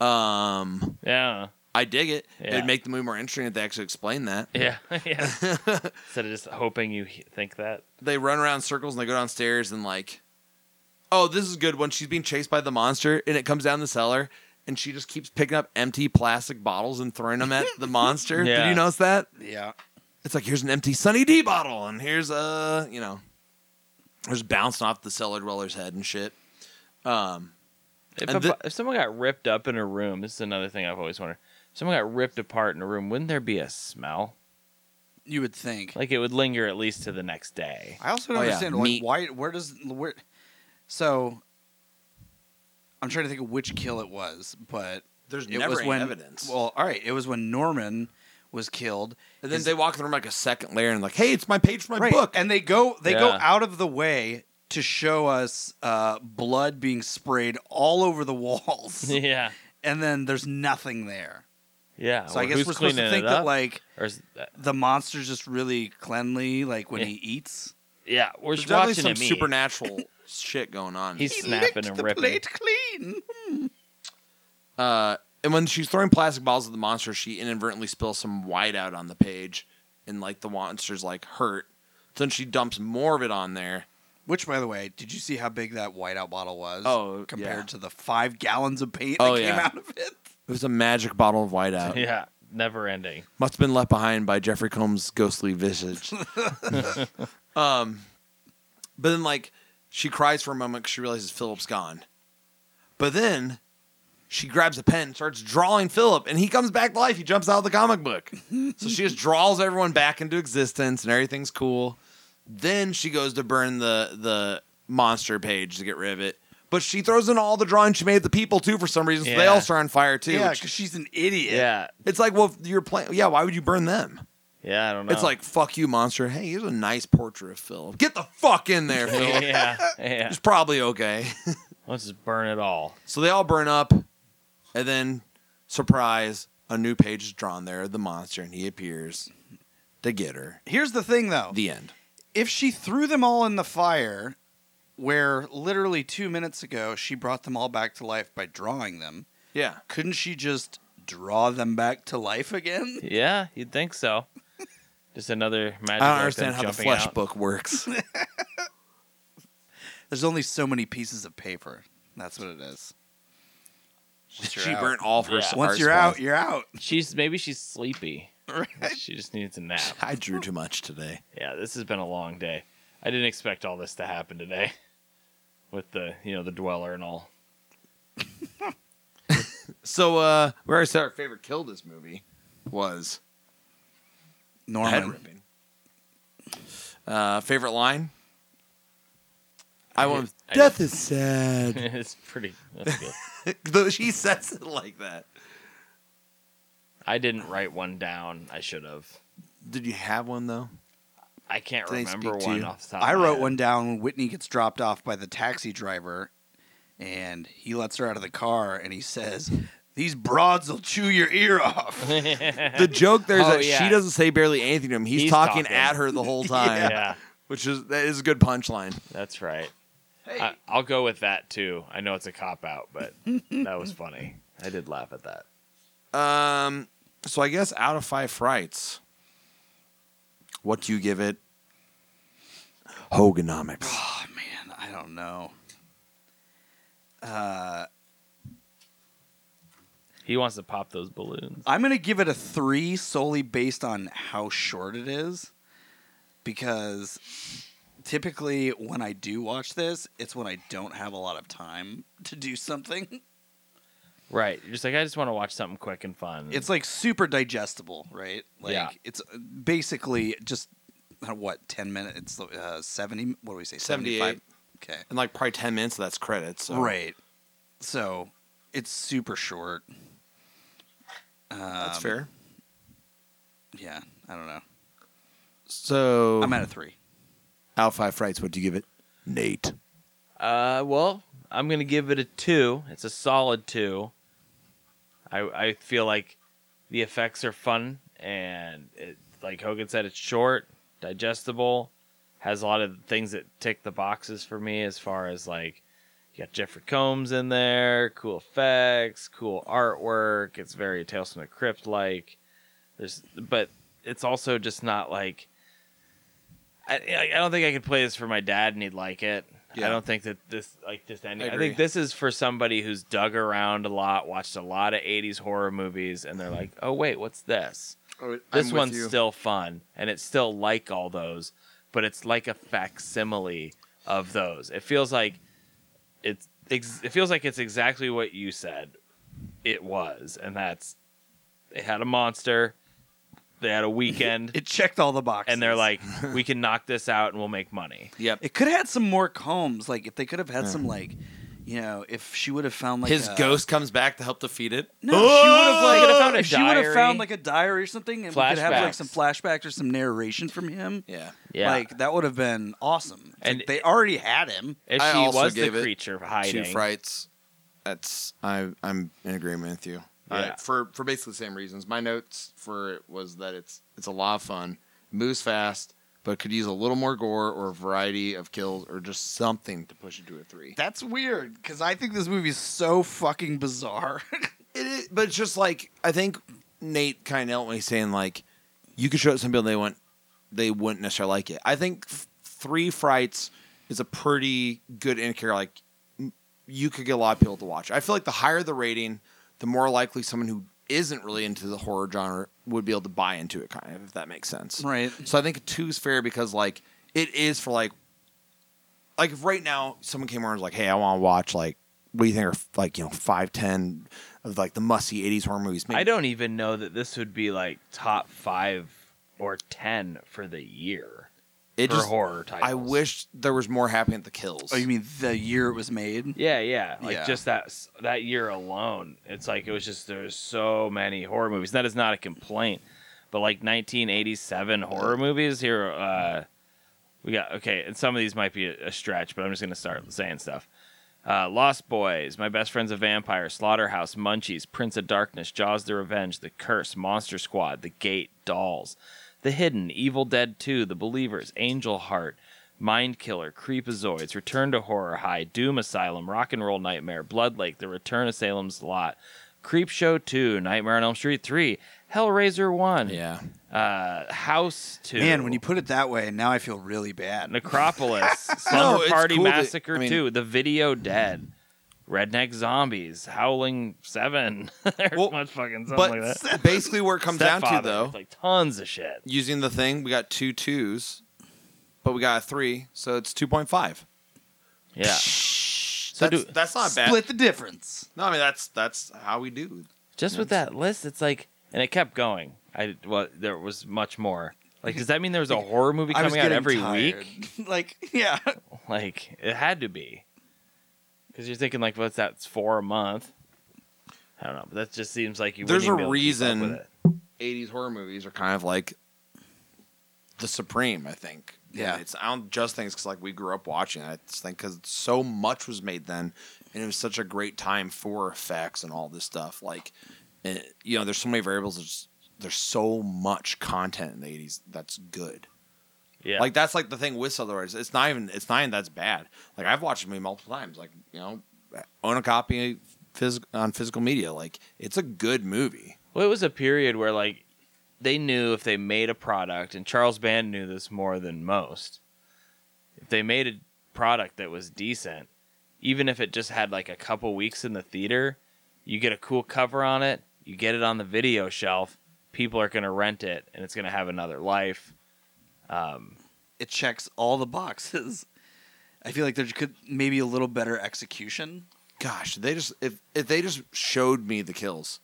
Speaker 2: Um,
Speaker 1: yeah,
Speaker 2: I dig it.
Speaker 1: Yeah.
Speaker 2: It'd make the movie more interesting if they actually explain that.
Speaker 1: yeah, yeah. Instead of just hoping you he- think that.
Speaker 2: They run around in circles and they go downstairs and like, oh, this is good. When she's being chased by the monster and it comes down the cellar and she just keeps picking up empty plastic bottles and throwing them at the monster. Did
Speaker 1: Yeah.
Speaker 2: you notice that?
Speaker 3: Yeah.
Speaker 2: It's like here's an empty Sunny D bottle and here's a you know, there's bouncing off the cellar dweller's head and shit. Um,
Speaker 1: If,
Speaker 2: And
Speaker 1: a
Speaker 2: the-
Speaker 1: bu- if someone got ripped up in a room, this is another thing I've always wondered. If someone got ripped apart in a room, wouldn't there be a smell?
Speaker 3: You would think.
Speaker 1: Like it would linger at least to the next day.
Speaker 3: I also don't
Speaker 2: Oh, yeah,
Speaker 3: understand
Speaker 2: meat.
Speaker 3: like why where does where so I'm trying to think of which kill it was, but
Speaker 2: there's
Speaker 3: it
Speaker 2: never
Speaker 3: was
Speaker 2: any
Speaker 3: when
Speaker 2: evidence.
Speaker 3: Well, all right, it was when Norman was killed.
Speaker 2: and then
Speaker 3: is-
Speaker 2: they walk in the room like a second layer and like, hey, it's my page from my
Speaker 3: right,
Speaker 2: book.
Speaker 3: and they go they go
Speaker 1: Yeah.
Speaker 3: out of the way to show us uh, blood being sprayed all over the walls,
Speaker 1: yeah,
Speaker 3: and then there's nothing there.
Speaker 1: yeah.
Speaker 3: So
Speaker 1: Well,
Speaker 3: I guess
Speaker 1: who's
Speaker 3: we're supposed
Speaker 1: cleaning
Speaker 3: to
Speaker 1: it
Speaker 3: think that
Speaker 1: up?
Speaker 3: like
Speaker 1: or is uh, that-
Speaker 3: the monster's just really cleanly, like when
Speaker 1: Yeah.
Speaker 3: he eats.
Speaker 1: yeah, we're
Speaker 2: there's
Speaker 1: just
Speaker 2: definitely
Speaker 1: watching
Speaker 2: some
Speaker 1: him eat.
Speaker 2: supernatural shit going on.
Speaker 1: He's snapping and ripping.
Speaker 3: clean.
Speaker 2: Uh, and when she's throwing plastic balls at the monster, she inadvertently spills some white out on the page, and like the monster's like hurt. Then she dumps more of it on there.
Speaker 3: Which, by the way, did you see how big that whiteout bottle was?
Speaker 2: Oh,
Speaker 3: compared
Speaker 2: yeah.
Speaker 3: to the five gallons of paint that
Speaker 2: Oh,
Speaker 3: came
Speaker 2: yeah.
Speaker 3: out of it.
Speaker 2: It was a magic bottle of white out.
Speaker 1: Yeah, never ending.
Speaker 2: Must have been left behind by Jeffrey Combs' ghostly visage. um, but then, like, she cries for a moment 'cause she realizes Philip's gone. But then she grabs a pen and starts drawing Philip, and he comes back to life. He jumps out of the comic book. so she just draws everyone back into existence, and everything's cool. Then she goes to burn the the monster page to get rid of it. But she throws in all the drawings she made of the people too for some reason. So they
Speaker 1: Yeah.
Speaker 2: all start on fire too.
Speaker 3: yeah,
Speaker 2: which-
Speaker 3: because she's an idiot.
Speaker 1: Yeah,
Speaker 2: it's like, well, if you're playing, yeah, why would you burn them?
Speaker 1: yeah. I don't know.
Speaker 2: It's like, fuck you, monster. Hey, here's a nice portrait of Phil. Get the fuck in there, Phil.
Speaker 1: yeah, yeah.
Speaker 2: It's probably okay.
Speaker 1: Let's just burn it all.
Speaker 2: so they all burn up, and then, surprise, a new page is drawn there of the monster, and he appears to get her.
Speaker 3: Here's the thing, though.
Speaker 2: The end.
Speaker 3: if she threw them all in the fire, where literally two minutes ago she brought them all back to life by drawing them,
Speaker 2: Yeah.
Speaker 3: couldn't she just draw them back to life again?
Speaker 1: Yeah, you'd think so. Just another magic.
Speaker 2: I don't
Speaker 1: item
Speaker 2: understand how the
Speaker 1: jumping
Speaker 2: flesh
Speaker 1: out.
Speaker 2: book works.
Speaker 3: There's only so many pieces of paper. That's what it is. Once you're
Speaker 2: she
Speaker 3: out-
Speaker 2: burnt all of her
Speaker 1: Yeah.
Speaker 3: Once
Speaker 2: art
Speaker 3: you're
Speaker 2: supplies.
Speaker 3: out, you're out.
Speaker 1: She's maybe she's sleepy. She just needs a nap.
Speaker 2: I drew too much today.
Speaker 1: Yeah, this has been a long day. I didn't expect all this to happen today, with the you know the dweller and all.
Speaker 2: So, uh, where I said our favorite kill this movie was head
Speaker 3: Norman.
Speaker 2: ripping. Uh, favorite line? I want
Speaker 1: I
Speaker 4: Death is sad.
Speaker 1: it's pretty. That's good.
Speaker 2: Though she says it like that.
Speaker 1: I didn't write one down. I should have.
Speaker 2: Did you have one though?
Speaker 1: I can't
Speaker 2: Did they
Speaker 1: remember
Speaker 2: speak to
Speaker 1: one
Speaker 2: you?
Speaker 1: off the top. of
Speaker 3: I
Speaker 1: my
Speaker 3: wrote
Speaker 1: head.
Speaker 3: one down when Whitney gets dropped off by the taxi driver and he lets her out of the car and he says, These broads will chew your ear off.
Speaker 2: The joke there is
Speaker 1: Oh,
Speaker 2: that
Speaker 1: yeah.
Speaker 2: she doesn't say barely anything to him. He's,
Speaker 1: He's
Speaker 2: talking,
Speaker 1: talking.
Speaker 2: at her the whole time,
Speaker 1: yeah,
Speaker 2: which is that is a good punchline.
Speaker 1: that's right. I, I'll go with that too. I know it's a cop out, but that was funny. I did laugh at that.
Speaker 2: Um, so I guess out of five frights, what do you give it? Hoganomics.
Speaker 3: Oh, man, I don't know.
Speaker 1: He wants to pop those balloons.
Speaker 3: I'm going to give it a three solely based on how short it is because typically when I do watch this, it's when I don't have a lot of time to do something.
Speaker 1: Right. You're just like, I just want to watch something quick and fun.
Speaker 3: It's like super digestible, right? Like
Speaker 1: Yeah.
Speaker 3: it's uh, basically just uh, what ten minutes? It's uh, seventy. What do we say? 75? Okay.
Speaker 2: And like probably ten minutes of that's credits. So
Speaker 3: Right. So it's super short.
Speaker 2: That's
Speaker 3: Um,
Speaker 2: fair.
Speaker 3: Yeah. I don't know.
Speaker 2: So
Speaker 3: I'm at a three.
Speaker 2: out of five frights, what do you give it? Nate.
Speaker 1: Uh, well, I'm gonna give it a two. It's a solid two. I I feel like the effects are fun, and it, like Hogan said, it's short, digestible, has a lot of things that tick the boxes for me as far as like you got Jeffrey Combs in there, cool effects, cool artwork. It's very Tales from the Crypt like. There's, but it's also just not like. I, I- I don't think I could play this for my dad and he'd like it. I don't think that this like just any.
Speaker 2: I
Speaker 1: I,
Speaker 2: agree.
Speaker 1: think this is for somebody who's dug around a lot, watched a lot of '80s horror movies, and they're
Speaker 2: Mm-hmm.
Speaker 1: like, "Oh wait, what's this? This one's still fun, and it's still like all those, but it's like a facsimile of those. It feels like it's ex- it feels like it's exactly what you said it was, and that's they had a monster, they had a weekend,
Speaker 3: It checked all the boxes.
Speaker 1: and they're like, we can knock this out and we'll make money.
Speaker 2: Yep.
Speaker 3: it could have had some more combs. Like if they could have had some like, you know, if she would have found like
Speaker 2: His
Speaker 3: a-
Speaker 2: ghost comes back to help defeat it.
Speaker 3: No, she would have like
Speaker 1: They could have found a
Speaker 3: if she would have found
Speaker 1: diary.
Speaker 3: like a diary or something, and we could have like
Speaker 1: Flashbacks.
Speaker 3: some flashbacks or some narration from him.
Speaker 2: Yeah.
Speaker 1: Yeah,
Speaker 3: Like that would have been awesome. It's
Speaker 1: And-
Speaker 3: like, they already had him.
Speaker 1: if
Speaker 2: I
Speaker 1: she
Speaker 2: also
Speaker 1: was the
Speaker 2: gave it
Speaker 1: creature hiding,
Speaker 2: Two frights. That's I I'm in agreement with you.
Speaker 1: Yeah.
Speaker 2: Uh, for for basically the same reasons. My notes for it was that it's it's a lot of fun, moves fast, but could use a little more gore or a variety of kills or just something to push it to a three.
Speaker 3: That's weird because I think this movie's so fucking bizarre.
Speaker 2: It is, but it's just like I think Nate kind of eloquently saying like you could show it to some people and they went they wouldn't necessarily like it. I think f- three frights is a pretty good indicator. Like m- you could get a lot of people to watch. I feel like the higher the rating, the more likely someone who isn't really into the horror genre would be able to buy into it. Kind of if that makes sense.
Speaker 3: right.
Speaker 2: So I think a two is fair because like it is for like like if right now someone came over and was like, hey, I want to watch like what do you think are like you know five ten of like the musty eighties horror movies?
Speaker 1: I don't even know that this would be like top five or ten for the year
Speaker 2: It
Speaker 1: for
Speaker 2: just,
Speaker 1: horror titles.
Speaker 2: I wish there was more happening at the kills.
Speaker 3: Oh, you mean the year it was made?
Speaker 1: Yeah, yeah. Like
Speaker 3: Yeah.
Speaker 1: just that s- that year alone, it's like it was just there's so many horror movies. That is not a complaint, but like 1987 horror movies here. Uh, we got okay, and some of these might be a, a stretch, but I'm just gonna start saying stuff. Uh, Lost Boys, My Best Friend's a Vampire, Slaughterhouse, Munchies, Prince of Darkness, Jaws the Revenge, The Curse, Monster Squad, The Gate, Dolls, The Hidden, Evil Dead 2, The Believers, Angel Heart, Mind Killer, Creepazoids, Return to Horror High, Doom Asylum, Rock and Roll Nightmare, Blood Lake, The Return of Salem's Lot, Creep Show 2, Nightmare on Elm Street 3, Hellraiser 1,
Speaker 2: yeah,
Speaker 1: uh, House 2.
Speaker 3: Man, when you put it that way, now I feel really bad.
Speaker 1: Necropolis, Slumber
Speaker 2: it's
Speaker 1: Party
Speaker 2: cool that-
Speaker 1: Massacre
Speaker 2: I mean-
Speaker 1: 2, The Video Dead, Redneck Zombies, Howling 7. There's
Speaker 2: Well,
Speaker 1: much fucking something
Speaker 2: but
Speaker 1: like that.
Speaker 2: basically where it comes down to
Speaker 1: Stepfather,
Speaker 2: though,
Speaker 1: it's like tons of shit.
Speaker 2: using the thing, we got two twos, but we got a three, so it's two point five.
Speaker 1: Yeah.
Speaker 2: So
Speaker 1: so
Speaker 2: that's,
Speaker 1: do,
Speaker 2: that's not bad.
Speaker 3: Split the difference.
Speaker 2: No, I mean that's that's how we do.
Speaker 1: just with that list, it's like, and it kept going. I well, there was much more. Like, does that mean there was a horror movie
Speaker 3: I was
Speaker 1: coming out
Speaker 3: getting
Speaker 1: every
Speaker 3: tired.
Speaker 1: week?
Speaker 3: like, yeah.
Speaker 1: Like, it had to be. Because you're thinking, like, what's that? It's four a month. I don't know, but that just seems like you.
Speaker 2: There's
Speaker 1: wouldn't even
Speaker 2: a
Speaker 1: be able to keep up
Speaker 2: reason
Speaker 1: with it.
Speaker 2: 80s horror movies are kind of like the supreme, I think.
Speaker 3: Yeah.
Speaker 2: And it's I don't just think it's 'cause, like we grew up watching. it. I just think because so much was made then, and it was such a great time for effects and all this stuff. Like, eh, you know, there's so many variables. There's there's so much content in the 80s that's good.
Speaker 1: Yeah.
Speaker 2: Like that's like the thing with Southerns. It's not even it's not even that's bad. Like I've watched the movie multiple times. Like you know, own a copy phys- on physical media. Like it's a good movie.
Speaker 1: Well, it was a period where like they knew if they made a product, and Charles Band knew this more than most. If they made a product that was decent, even if it just had like a couple weeks in the theater, you get a cool cover on it, you get it on the video shelf, people are gonna rent it, and it's gonna have another life. Um,
Speaker 3: It checks all the boxes. I feel like there could maybe a little better execution.
Speaker 2: Gosh, they just if if they just showed me the kills,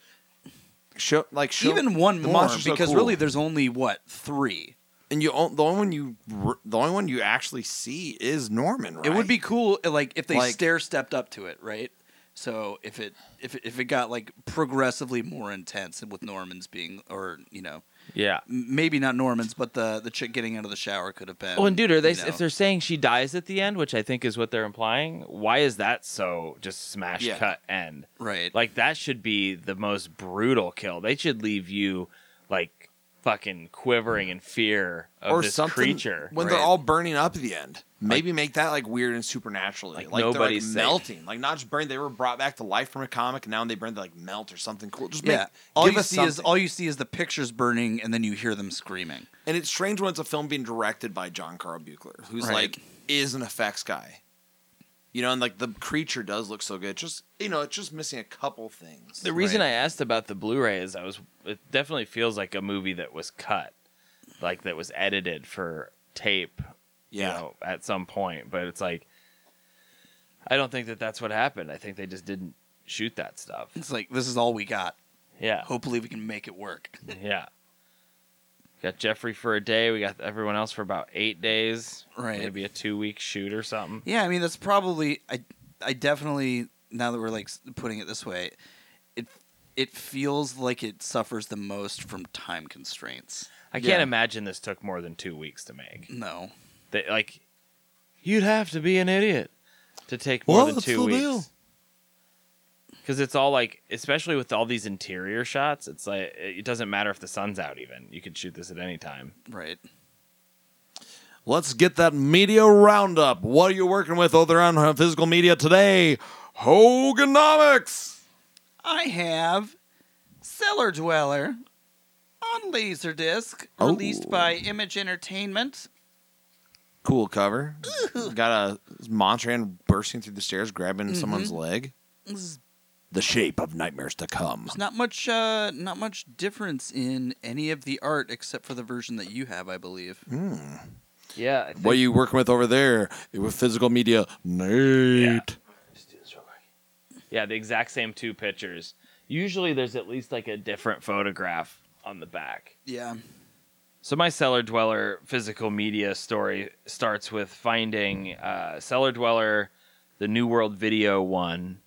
Speaker 2: show like show,
Speaker 3: Even one
Speaker 2: the
Speaker 3: more,
Speaker 2: monsters are
Speaker 3: because
Speaker 2: cool.
Speaker 3: really there's only what three.
Speaker 2: and you on- the only one you r- the only one you actually see is Norman. Right?
Speaker 3: It would be cool, uh, like if they
Speaker 2: Like-
Speaker 3: stair stepped up to it, right? So if it if it, if it got like progressively more intense with Norman's being, or you know,
Speaker 1: yeah.
Speaker 3: m- maybe not Norman's, but the the chick getting out of the shower could have been.
Speaker 1: Well, and dude, are they
Speaker 3: you know.
Speaker 1: if they're saying she dies at the end, which I think is what they're implying? Why is that so just smash
Speaker 2: Yeah.
Speaker 1: cut end?
Speaker 3: right?
Speaker 1: Like that should be the most brutal kill. They should leave you like fucking quivering in fear of
Speaker 2: or
Speaker 1: this
Speaker 2: something
Speaker 1: creature.
Speaker 2: when
Speaker 3: right.
Speaker 2: they're all burning up at the end. Maybe make that like weird and supernaturally.
Speaker 1: Like,
Speaker 2: Like, they're,
Speaker 1: nobody's safe.
Speaker 2: like melting. Like not just burned. They were brought back to life from a comic. And now they burn. They like melt or something cool. Just make,
Speaker 3: yeah, all
Speaker 2: give
Speaker 3: you
Speaker 2: us
Speaker 3: see is
Speaker 2: something.
Speaker 3: all you see is the pictures burning, and then you hear them screaming.
Speaker 2: And it's strange when it's a film being directed by John Carl Buechler, who's
Speaker 3: Right.
Speaker 2: like is an effects guy. You know, and like the creature does look so good. Just you know, it's just missing a couple things.
Speaker 1: The reason I asked about the Blu-ray is I was it definitely feels like a movie that was cut, like that was edited for tape,
Speaker 2: Yeah.
Speaker 1: you know, at some point. But it's like I don't think that that's what happened. I think they just didn't shoot that stuff.
Speaker 3: It's like this is all we got.
Speaker 1: Yeah,
Speaker 3: Hopefully, we can make it work.
Speaker 1: yeah. Got Jeffrey for a day. We got everyone else for about eight days.
Speaker 3: Right.
Speaker 1: Maybe a two-week shoot or something.
Speaker 3: Yeah, I mean that's probably I I definitely now that we're like s- putting it this way, it it feels like it suffers the most from time constraints.
Speaker 1: I can't
Speaker 2: Yeah.
Speaker 1: imagine this took more than two weeks to make.
Speaker 3: No.
Speaker 1: They, like, you'd have to be an idiot to take more
Speaker 4: Well,
Speaker 1: than
Speaker 4: it's
Speaker 1: two
Speaker 4: the deal.
Speaker 1: weeks. Because it's all like, especially with all these interior shots, it's like it it doesn't matter if the sun's out. Even you could shoot this at any time.
Speaker 3: Right.
Speaker 4: Let's get that media roundup. What are you working with over on physical media today? Hoganomics.
Speaker 3: I have Cellar Dweller on Laserdisc, released by Image Entertainment.
Speaker 2: Cool cover. Got a Montran bursting through the stairs, grabbing someone's leg.
Speaker 3: This is
Speaker 2: The shape of nightmares to come.
Speaker 3: There's not much uh, not much difference in any of the art except for the version that you have, I believe.
Speaker 1: Yeah. I
Speaker 4: What are you working with over there with physical media? Nate.
Speaker 1: Yeah, the exact same two pictures. Usually, there's at least like a different photograph on the back.
Speaker 3: Yeah.
Speaker 1: So my cellar dweller physical media story starts with finding uh, cellar dweller, the New World Video one,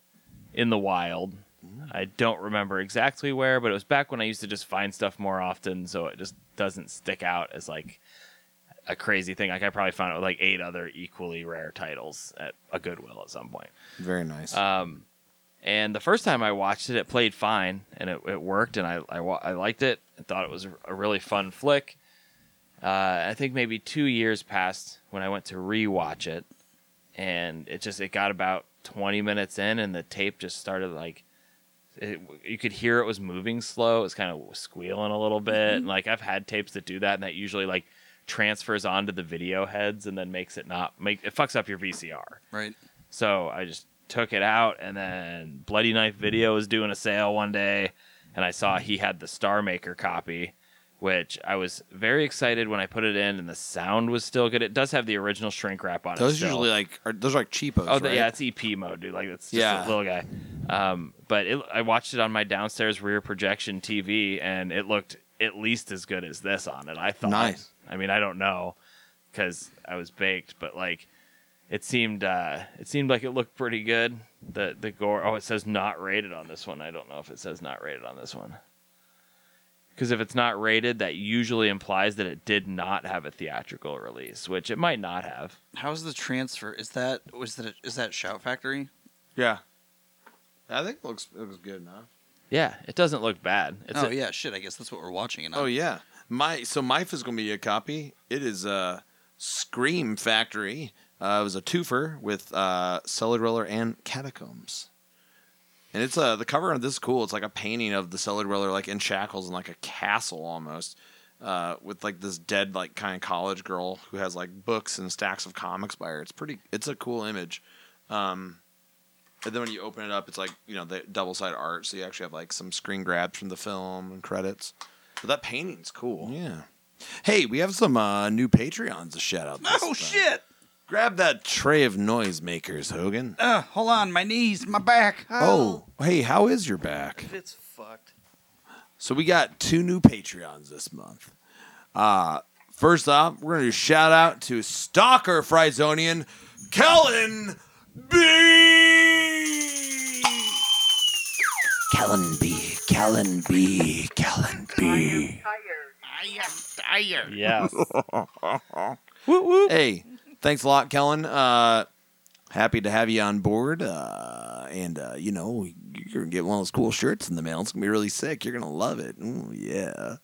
Speaker 1: in the wild. I don't remember exactly where, but it was back when I used to just find stuff more often, so it just doesn't stick out as like a crazy thing. Like I probably found it with like eight other equally rare titles at a Goodwill at some point.
Speaker 2: Very nice.
Speaker 1: Um, and the first time I watched it, it played fine and it, it worked, and I, I, wa- I liked it. I thought it was a really fun flick. Uh, I think maybe two years passed when I went to rewatch it, and it just it got about twenty minutes in, and the tape just started like. It, you could hear it was moving slow. It was kind of squealing a little bit. And like I've had tapes that do that, and that usually like transfers onto the video heads and then makes it not make it fucks up your VCR.
Speaker 3: Right.
Speaker 1: So I just took it out, and then Bloody Knife Video was doing a sale one day, and I saw he had the Star Maker copy, which I was very excited when I put it in, and the sound was still good. It does have the original shrink wrap on it.
Speaker 2: those
Speaker 1: still.
Speaker 2: usually like are, those are like cheapos.
Speaker 1: Oh, the-
Speaker 2: right?
Speaker 1: yeah, it's EP mode, dude. Like it's just
Speaker 2: Yeah.
Speaker 1: a little guy. Um, but it, I watched it on my downstairs rear projection TV, and it looked at least as good as this on it. I thought.
Speaker 2: Nice.
Speaker 1: I mean, I don't know because I was baked, but like it seemed, uh, it seemed like it looked pretty good. The the gore. Oh, it says not rated on this one. I don't know if it says not rated on this one. Because if it's not rated, that usually implies that it did not have a theatrical release, which it might not have.
Speaker 6: How's the transfer? Is that was that is that Shout Factory?
Speaker 2: Yeah. I think it looks it looks good enough.
Speaker 1: Yeah, it doesn't look bad. It's
Speaker 6: oh
Speaker 1: a-
Speaker 6: yeah, shit. I guess that's what we're watching. And
Speaker 2: Oh
Speaker 6: oh,
Speaker 2: yeah. My so my physical media copy, it is uh Scream Factory. Uh, it was a twofer with uh Cellar and Catacombs. And it's uh the cover on this is cool. It's like a painting of the Cellar like in shackles and like a castle almost. Uh, with like this dead like kind of college girl who has like books and stacks of comics by her. It's pretty it's a cool image. Um and then when you open it up, it's like, you know, the double sided art. So you actually have like some screen grabs from the film and credits. But that painting's cool. Yeah. Hey, we have some uh, new Patreons to shout out. this
Speaker 3: Oh
Speaker 2: time.
Speaker 3: shit!
Speaker 2: Grab that tray of noisemakers, Hogan.
Speaker 3: Uh, hold on, my knees, my back.
Speaker 2: Oh, hey, how is your back?
Speaker 6: it's fucked.
Speaker 2: So we got two new Patreons this month. Uh first off, we're gonna do a shout out to Stalker Fryzonian, Kellen B. Kellen B. Kellen B. Kellen B.
Speaker 1: yeah.
Speaker 2: Hey, thanks a lot, Kellen. Uh, happy to have you on board. Uh, and, uh, you know, you're going to get one of those cool shirts in the mail. It's going to be really sick. You're going to love it. Ooh, yeah.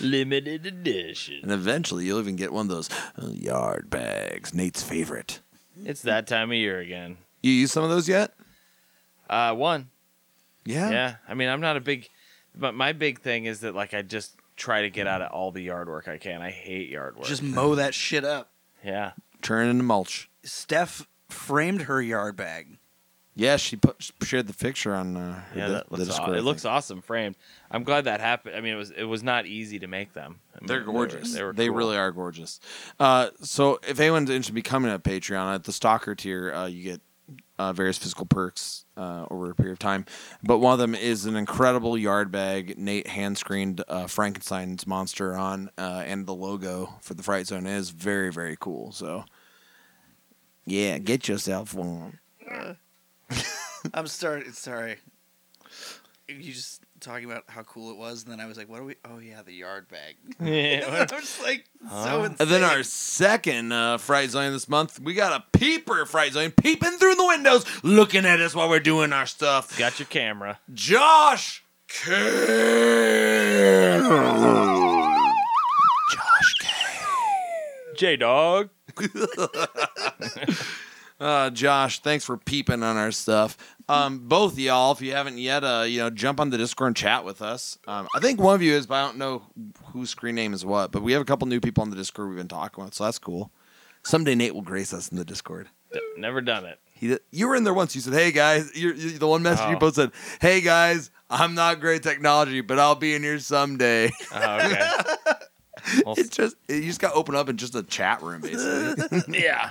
Speaker 1: Limited edition.
Speaker 2: And eventually you'll even get one of those uh, yard bags, Nate's favorite.
Speaker 1: It's that time of year again.
Speaker 2: You use some of those yet?
Speaker 1: Uh, one.
Speaker 2: Yeah.
Speaker 1: Yeah. I mean, I'm not a big, but my big thing is that like I just try to get out of all the yard work I can. I hate yard work.
Speaker 3: Just mow that shit up.
Speaker 1: yeah.
Speaker 2: Turn into mulch.
Speaker 3: Steph framed her yard bag.
Speaker 2: Yeah, she put she shared the picture on uh,
Speaker 1: Yeah,
Speaker 2: the,
Speaker 1: that
Speaker 2: the
Speaker 1: looks aw-
Speaker 2: Discord, I
Speaker 1: it looks
Speaker 2: think.
Speaker 1: awesome framed. I'm glad that happened. I mean, it was it was not easy to make them. I mean,
Speaker 2: They're
Speaker 1: they were-
Speaker 2: gorgeous. They,
Speaker 1: They, were cool.
Speaker 2: really are gorgeous. Uh, so if anyone's interested in becoming a Patreon at the Stalker tier, uh, you get uh, various physical perks uh, over a period of time. But one of them is an incredible yard bag Nate hand screened uh, Frankenstein's monster on, uh, and the logo for the Fright Zone is very very cool. So yeah, get yourself one.
Speaker 6: I'm starting. Sorry. You just talking about how cool it was, and then I was like, "What are we? Oh yeah, the yard bag."
Speaker 1: Yeah.
Speaker 6: I'm just like so insane.
Speaker 2: And then our second uh, Fright Zone this month, we got a peeper Fright Zone peeping through the windows, looking at us while we're doing our stuff.
Speaker 1: Got your camera.
Speaker 2: Josh K. Josh K.
Speaker 1: J Dog.
Speaker 2: Uh, Josh, thanks for peeping on our stuff. Um, both of y'all, if you haven't yet, uh, you know, jump on the Discord and chat with us. Um, I think one of you is, but I don't know whose screen name is what. But we have a couple new people on the Discord we've been talking with, so that's cool. Someday Nate will grace us in the Discord.
Speaker 1: Never done it.
Speaker 2: He, you were in there once. You said, "Hey guys," you're, you the one message you
Speaker 1: Oh.
Speaker 2: posted. "Hey guys, I'm not great at technology, but I'll be in here someday."
Speaker 1: Oh, okay. Well,
Speaker 2: It's just you just got to open up in just a chat room, basically.
Speaker 1: yeah.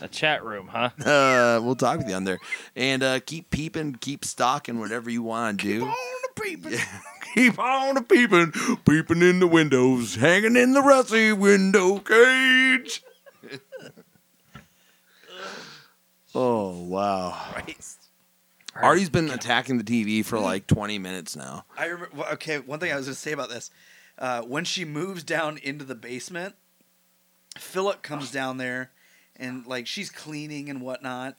Speaker 1: A chat room, huh?
Speaker 2: uh, we'll talk with you on there, and uh, keep peeping, keep stalking, whatever you want to do. Keep on a peeping, keep on a peeping, peeping in the windows, hanging in the rusty window cage. oh wow! Artie's been attacking the TV for like 20 minutes now.
Speaker 3: I remember. well, Okay, one thing I was going to say about this: uh, when she moves down into the basement, Philip comes down there, and like she's cleaning and whatnot,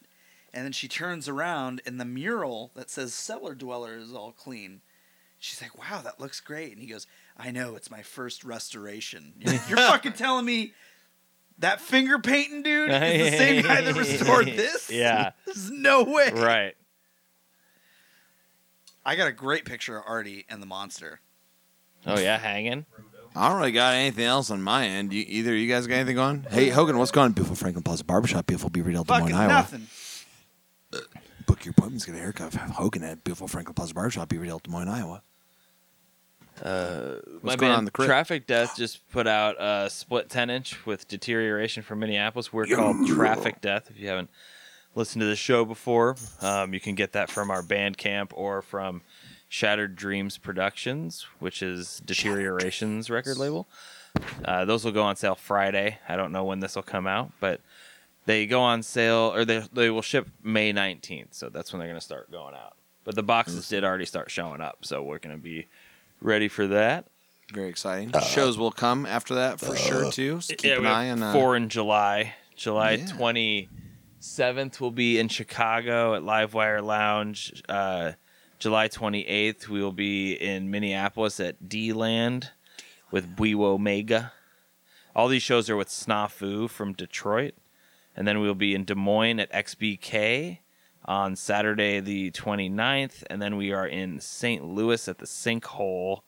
Speaker 3: and then she turns around, and the mural that says "Cellar Dweller" is all clean. She's like, "Wow, that looks great," and he goes, "I know, it's my first restoration." You're, you're fucking telling me that finger painting dude is the same guy that restored this?
Speaker 1: Yeah.
Speaker 3: There's no way.
Speaker 1: Right.
Speaker 3: I got a great picture of Artie and the monster.
Speaker 1: Oh yeah, hanging.
Speaker 2: I don't really got anything else on my end. You, either you guys got anything going? Hey, Hogan, what's going on? Beautiful Franklin Plaza Barbershop, beautiful Beaver Dale, Des Moines,
Speaker 3: Fucking
Speaker 2: Iowa.
Speaker 3: nothing.
Speaker 2: Book your appointments, get a haircut. Have Hogan at beautiful Franklin Plaza Barbershop, Beaver Dale, Des Moines, Iowa.
Speaker 1: What's
Speaker 2: going on in the crypt?
Speaker 1: Traffic Death just put out a split 10 inch with deterioration from Minneapolis. We're called Traffic Death. If you haven't listened to the show before, um, you can get that from our Bandcamp or from Shattered Dreams Productions, which is Deterioration's record label. Uh, those will go on sale Friday. I don't know when this will come out, but they go on sale or they, they will ship May 19th. So that's when they're going to start going out. But the boxes did already start showing up, so we're gonna be ready for that.
Speaker 2: Very exciting. Shows will come after that for sure too. So keep
Speaker 1: yeah,
Speaker 2: an
Speaker 1: we have
Speaker 2: eye on uh,
Speaker 1: four in July. July
Speaker 2: Yeah.
Speaker 1: twenty seventh will be in Chicago at Livewire Lounge. Uh, July twenty eighth we will be in Minneapolis at D Land with Buiwo Mega. All these shows are with Snafu from Detroit, and then we'll be in Des Moines at XBK on Saturday the 29th, and then we are in St. Louis at the Sinkhole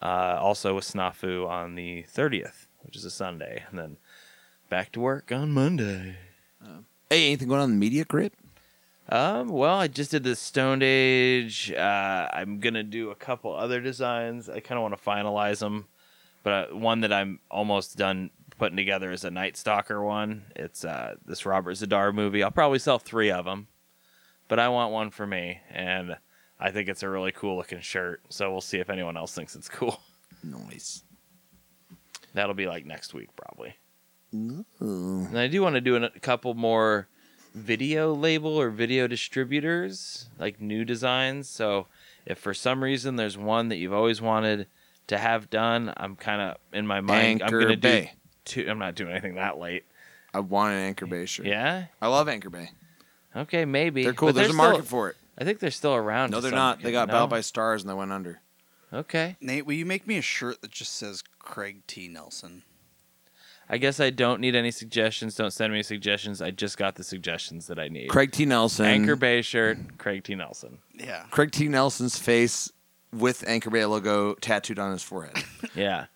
Speaker 1: uh, also with Snafu on the 30th, which is a Sunday, and then back to work on Monday.
Speaker 2: Hey, anything going on in the media grid?
Speaker 1: Um, well, I just did the Stone Age. Uh, I'm gonna do a couple other designs. I kind of want to finalize them, but uh, one that I'm almost done putting together is a Night Stalker one. It's uh, this Robert Zadar movie. I'll probably sell three of them, but I want one for me, and I think it's a really cool looking shirt. So we'll see if anyone else thinks it's cool.
Speaker 2: Noise.
Speaker 1: That'll be like next week probably.
Speaker 2: Ooh.
Speaker 1: And I do want to do an- a couple more video label or video distributors, like new designs. So if for some reason there's one that you've always wanted to have done, I'm kind of in my mind. I'm
Speaker 2: Anchor
Speaker 1: gonna
Speaker 2: Bay.
Speaker 1: do. Two, I'm not doing anything that late.
Speaker 2: I want an Anchor Bay shirt.
Speaker 1: Yeah.
Speaker 2: I love Anchor Bay.
Speaker 1: Okay, maybe
Speaker 2: They're cool.
Speaker 1: But
Speaker 2: There's a
Speaker 1: they're
Speaker 2: market
Speaker 1: still-
Speaker 2: for it.
Speaker 1: I think they're still around.
Speaker 2: No,
Speaker 1: to
Speaker 2: they're
Speaker 1: some
Speaker 2: not.
Speaker 1: degree.
Speaker 2: They got
Speaker 1: No?
Speaker 2: battled by stars and they went under.
Speaker 1: Okay,
Speaker 3: Nate, will you make me a shirt that just says Craig T. Nelson?
Speaker 1: I guess I don't need any suggestions. Don't send me suggestions. I just got the suggestions that I need.
Speaker 2: Craig T. Nelson.
Speaker 1: Anchor Bay shirt, Craig T. Nelson.
Speaker 3: Yeah.
Speaker 2: Craig T. Nelson's face with Anchor Bay logo tattooed on his forehead.
Speaker 1: Yeah.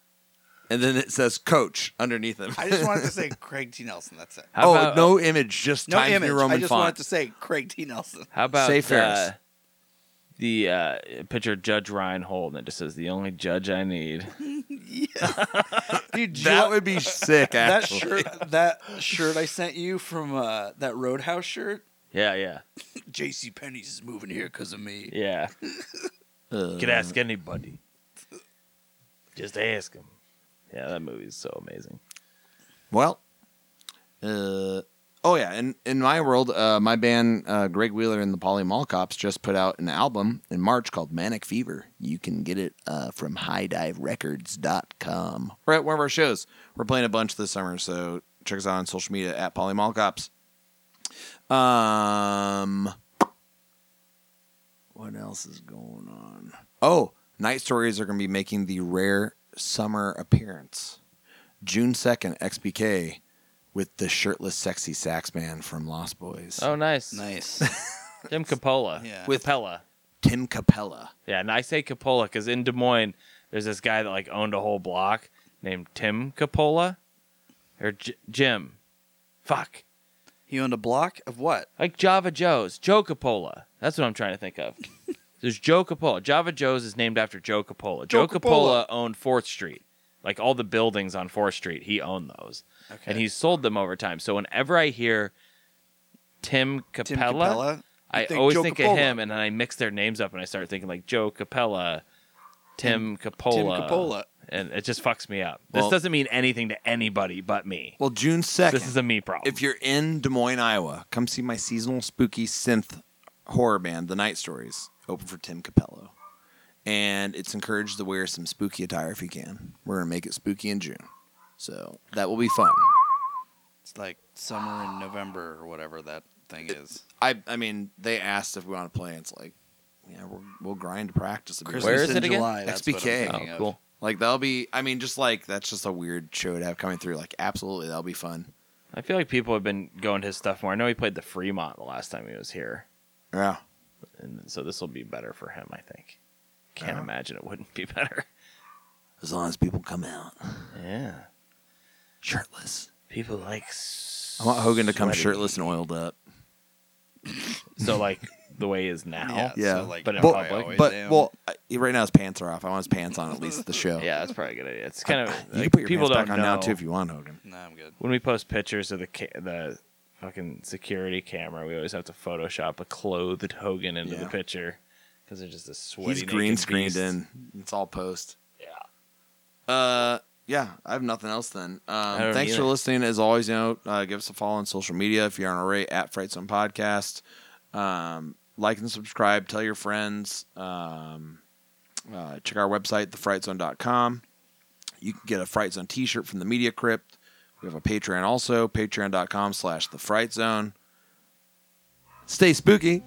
Speaker 2: and then it says coach underneath him.
Speaker 3: I just wanted to say Craig T. Nelson. That's it.
Speaker 1: How
Speaker 2: oh,
Speaker 1: about-
Speaker 2: no image, just
Speaker 3: No
Speaker 2: Times
Speaker 3: image.
Speaker 2: New Roman
Speaker 3: I just
Speaker 2: font.
Speaker 3: wanted to say Craig T. Nelson.
Speaker 1: How about
Speaker 2: Say
Speaker 1: uh,
Speaker 2: Ferris.
Speaker 1: the uh, picture of Judge Reinhold, and it just says the only judge I need.
Speaker 3: Dude,
Speaker 2: that would be sick.
Speaker 3: that
Speaker 2: Actually,
Speaker 3: shirt that shirt I sent you from uh, that Roadhouse shirt.
Speaker 1: Yeah, yeah,
Speaker 3: J.C. Penney's is moving here because of me.
Speaker 1: yeah. Uh, You Could ask anybody. Just ask him. Yeah, that movie's so amazing.
Speaker 2: Well, uh, oh yeah, in in my world, uh, my band uh, Greg Wheeler and the Poly Mall Cops just put out an album in March called Manic Fever. You can get it uh, from HighDiveRecords.com. We're at one of our shows. We're playing a bunch this summer, so check us out on social media at Poly Mall Cops. Um, what else is going on? Oh, Night Stories are going to be making the rare summer appearance. June 2nd, XBK with the shirtless sexy sax man from Lost Boys.
Speaker 1: Oh, nice.
Speaker 3: Nice.
Speaker 1: Tim Capola.
Speaker 3: Yeah.
Speaker 1: With Pella.
Speaker 2: Tim Capella.
Speaker 1: Yeah, and I say Capola because in Des Moines, there's this guy that like owned a whole block named Tim Capola, or J- Jim. Fuck.
Speaker 3: he owned a block of what?
Speaker 1: Like Java Joe's, Joe Capola. That's what I'm trying to think of. There's Joe Capola. Java Joe's is named after Joe Capola. Joe, Capola. owned 4th Street. Like all the buildings on 4th Street, he owned those. And he sold them over time. So whenever I hear Tim Capella,
Speaker 3: Tim Capella.
Speaker 1: I
Speaker 3: think
Speaker 1: always
Speaker 3: Joe
Speaker 1: think
Speaker 3: Coppola.
Speaker 1: of him and then I mix their names up and I start thinking like Joe Capella, Tim, Capola.
Speaker 3: Tim Capola.
Speaker 1: And it just fucks me up. This
Speaker 2: Well-
Speaker 1: doesn't mean anything to anybody but me.
Speaker 2: Well, June 2nd.
Speaker 1: this is a me problem.
Speaker 2: if you're in Des Moines, Iowa, come see my seasonal spooky synth horror band, The Night Stories, open for Tim Capello. And it's encouraged to wear some spooky attire if you can. We're going to make it spooky in June. So that will be fun.
Speaker 3: It's like summer in November or whatever that thing is.
Speaker 2: I I mean, they asked if we want to play, and it's like, yeah, we'll, we'll grind to practice. a bit.
Speaker 1: Where is
Speaker 3: in
Speaker 1: it again?
Speaker 3: July, that's what I'm
Speaker 2: XBK.
Speaker 3: thinking
Speaker 1: oh,
Speaker 3: of.
Speaker 1: cool.
Speaker 2: Like that'll be. I mean, just like that's just a weird show to have coming through. Like, absolutely, that'll be fun.
Speaker 1: I feel like people have been going to his stuff more. I know he played the Fremont the last time he was here,
Speaker 2: Yeah.
Speaker 1: and so this will be better for him. I think. Can't imagine it wouldn't be better.
Speaker 2: As long as people come out
Speaker 1: Yeah,
Speaker 2: shirtless.
Speaker 1: people like.
Speaker 2: I want Hogan to come
Speaker 1: sweaty.
Speaker 2: shirtless and oiled up.
Speaker 1: So like the way he is now.
Speaker 3: Yeah.
Speaker 1: Yeah,
Speaker 2: Yeah.
Speaker 3: So like,
Speaker 1: But-
Speaker 3: but,
Speaker 1: but-
Speaker 3: always
Speaker 2: But
Speaker 3: am.
Speaker 2: well, I, right now his pants are off. I want his pants on at least at the show.
Speaker 1: that's probably a good idea. It's kind of
Speaker 2: You
Speaker 1: like,
Speaker 2: can put your
Speaker 1: people
Speaker 2: pants back
Speaker 1: don't
Speaker 2: on
Speaker 1: know
Speaker 2: now too if you want, Hogan.
Speaker 3: no, I'm good.
Speaker 1: when we post pictures of the ca- the fucking security camera, we always have to Photoshop a clothed Hogan into
Speaker 2: Yeah.
Speaker 1: the picture because they're just a sweaty.
Speaker 2: He's
Speaker 1: naked
Speaker 2: green screened
Speaker 1: beast.
Speaker 2: in. It's all post. Yeah. Uh, yeah. I have nothing else then. Um,
Speaker 1: don't
Speaker 2: thanks for
Speaker 1: either.
Speaker 2: listening. As always, you know, uh, give us a follow on social media if you're on a rate at Fright Zone Podcast. Um, like and subscribe. Tell your friends. Um, uh, check our website, thefrightzone.com. You can get a Fright Zone t-shirt from the Media Crypt. We have a Patreon also, patreon.com slash the Fright Zone. Stay spooky.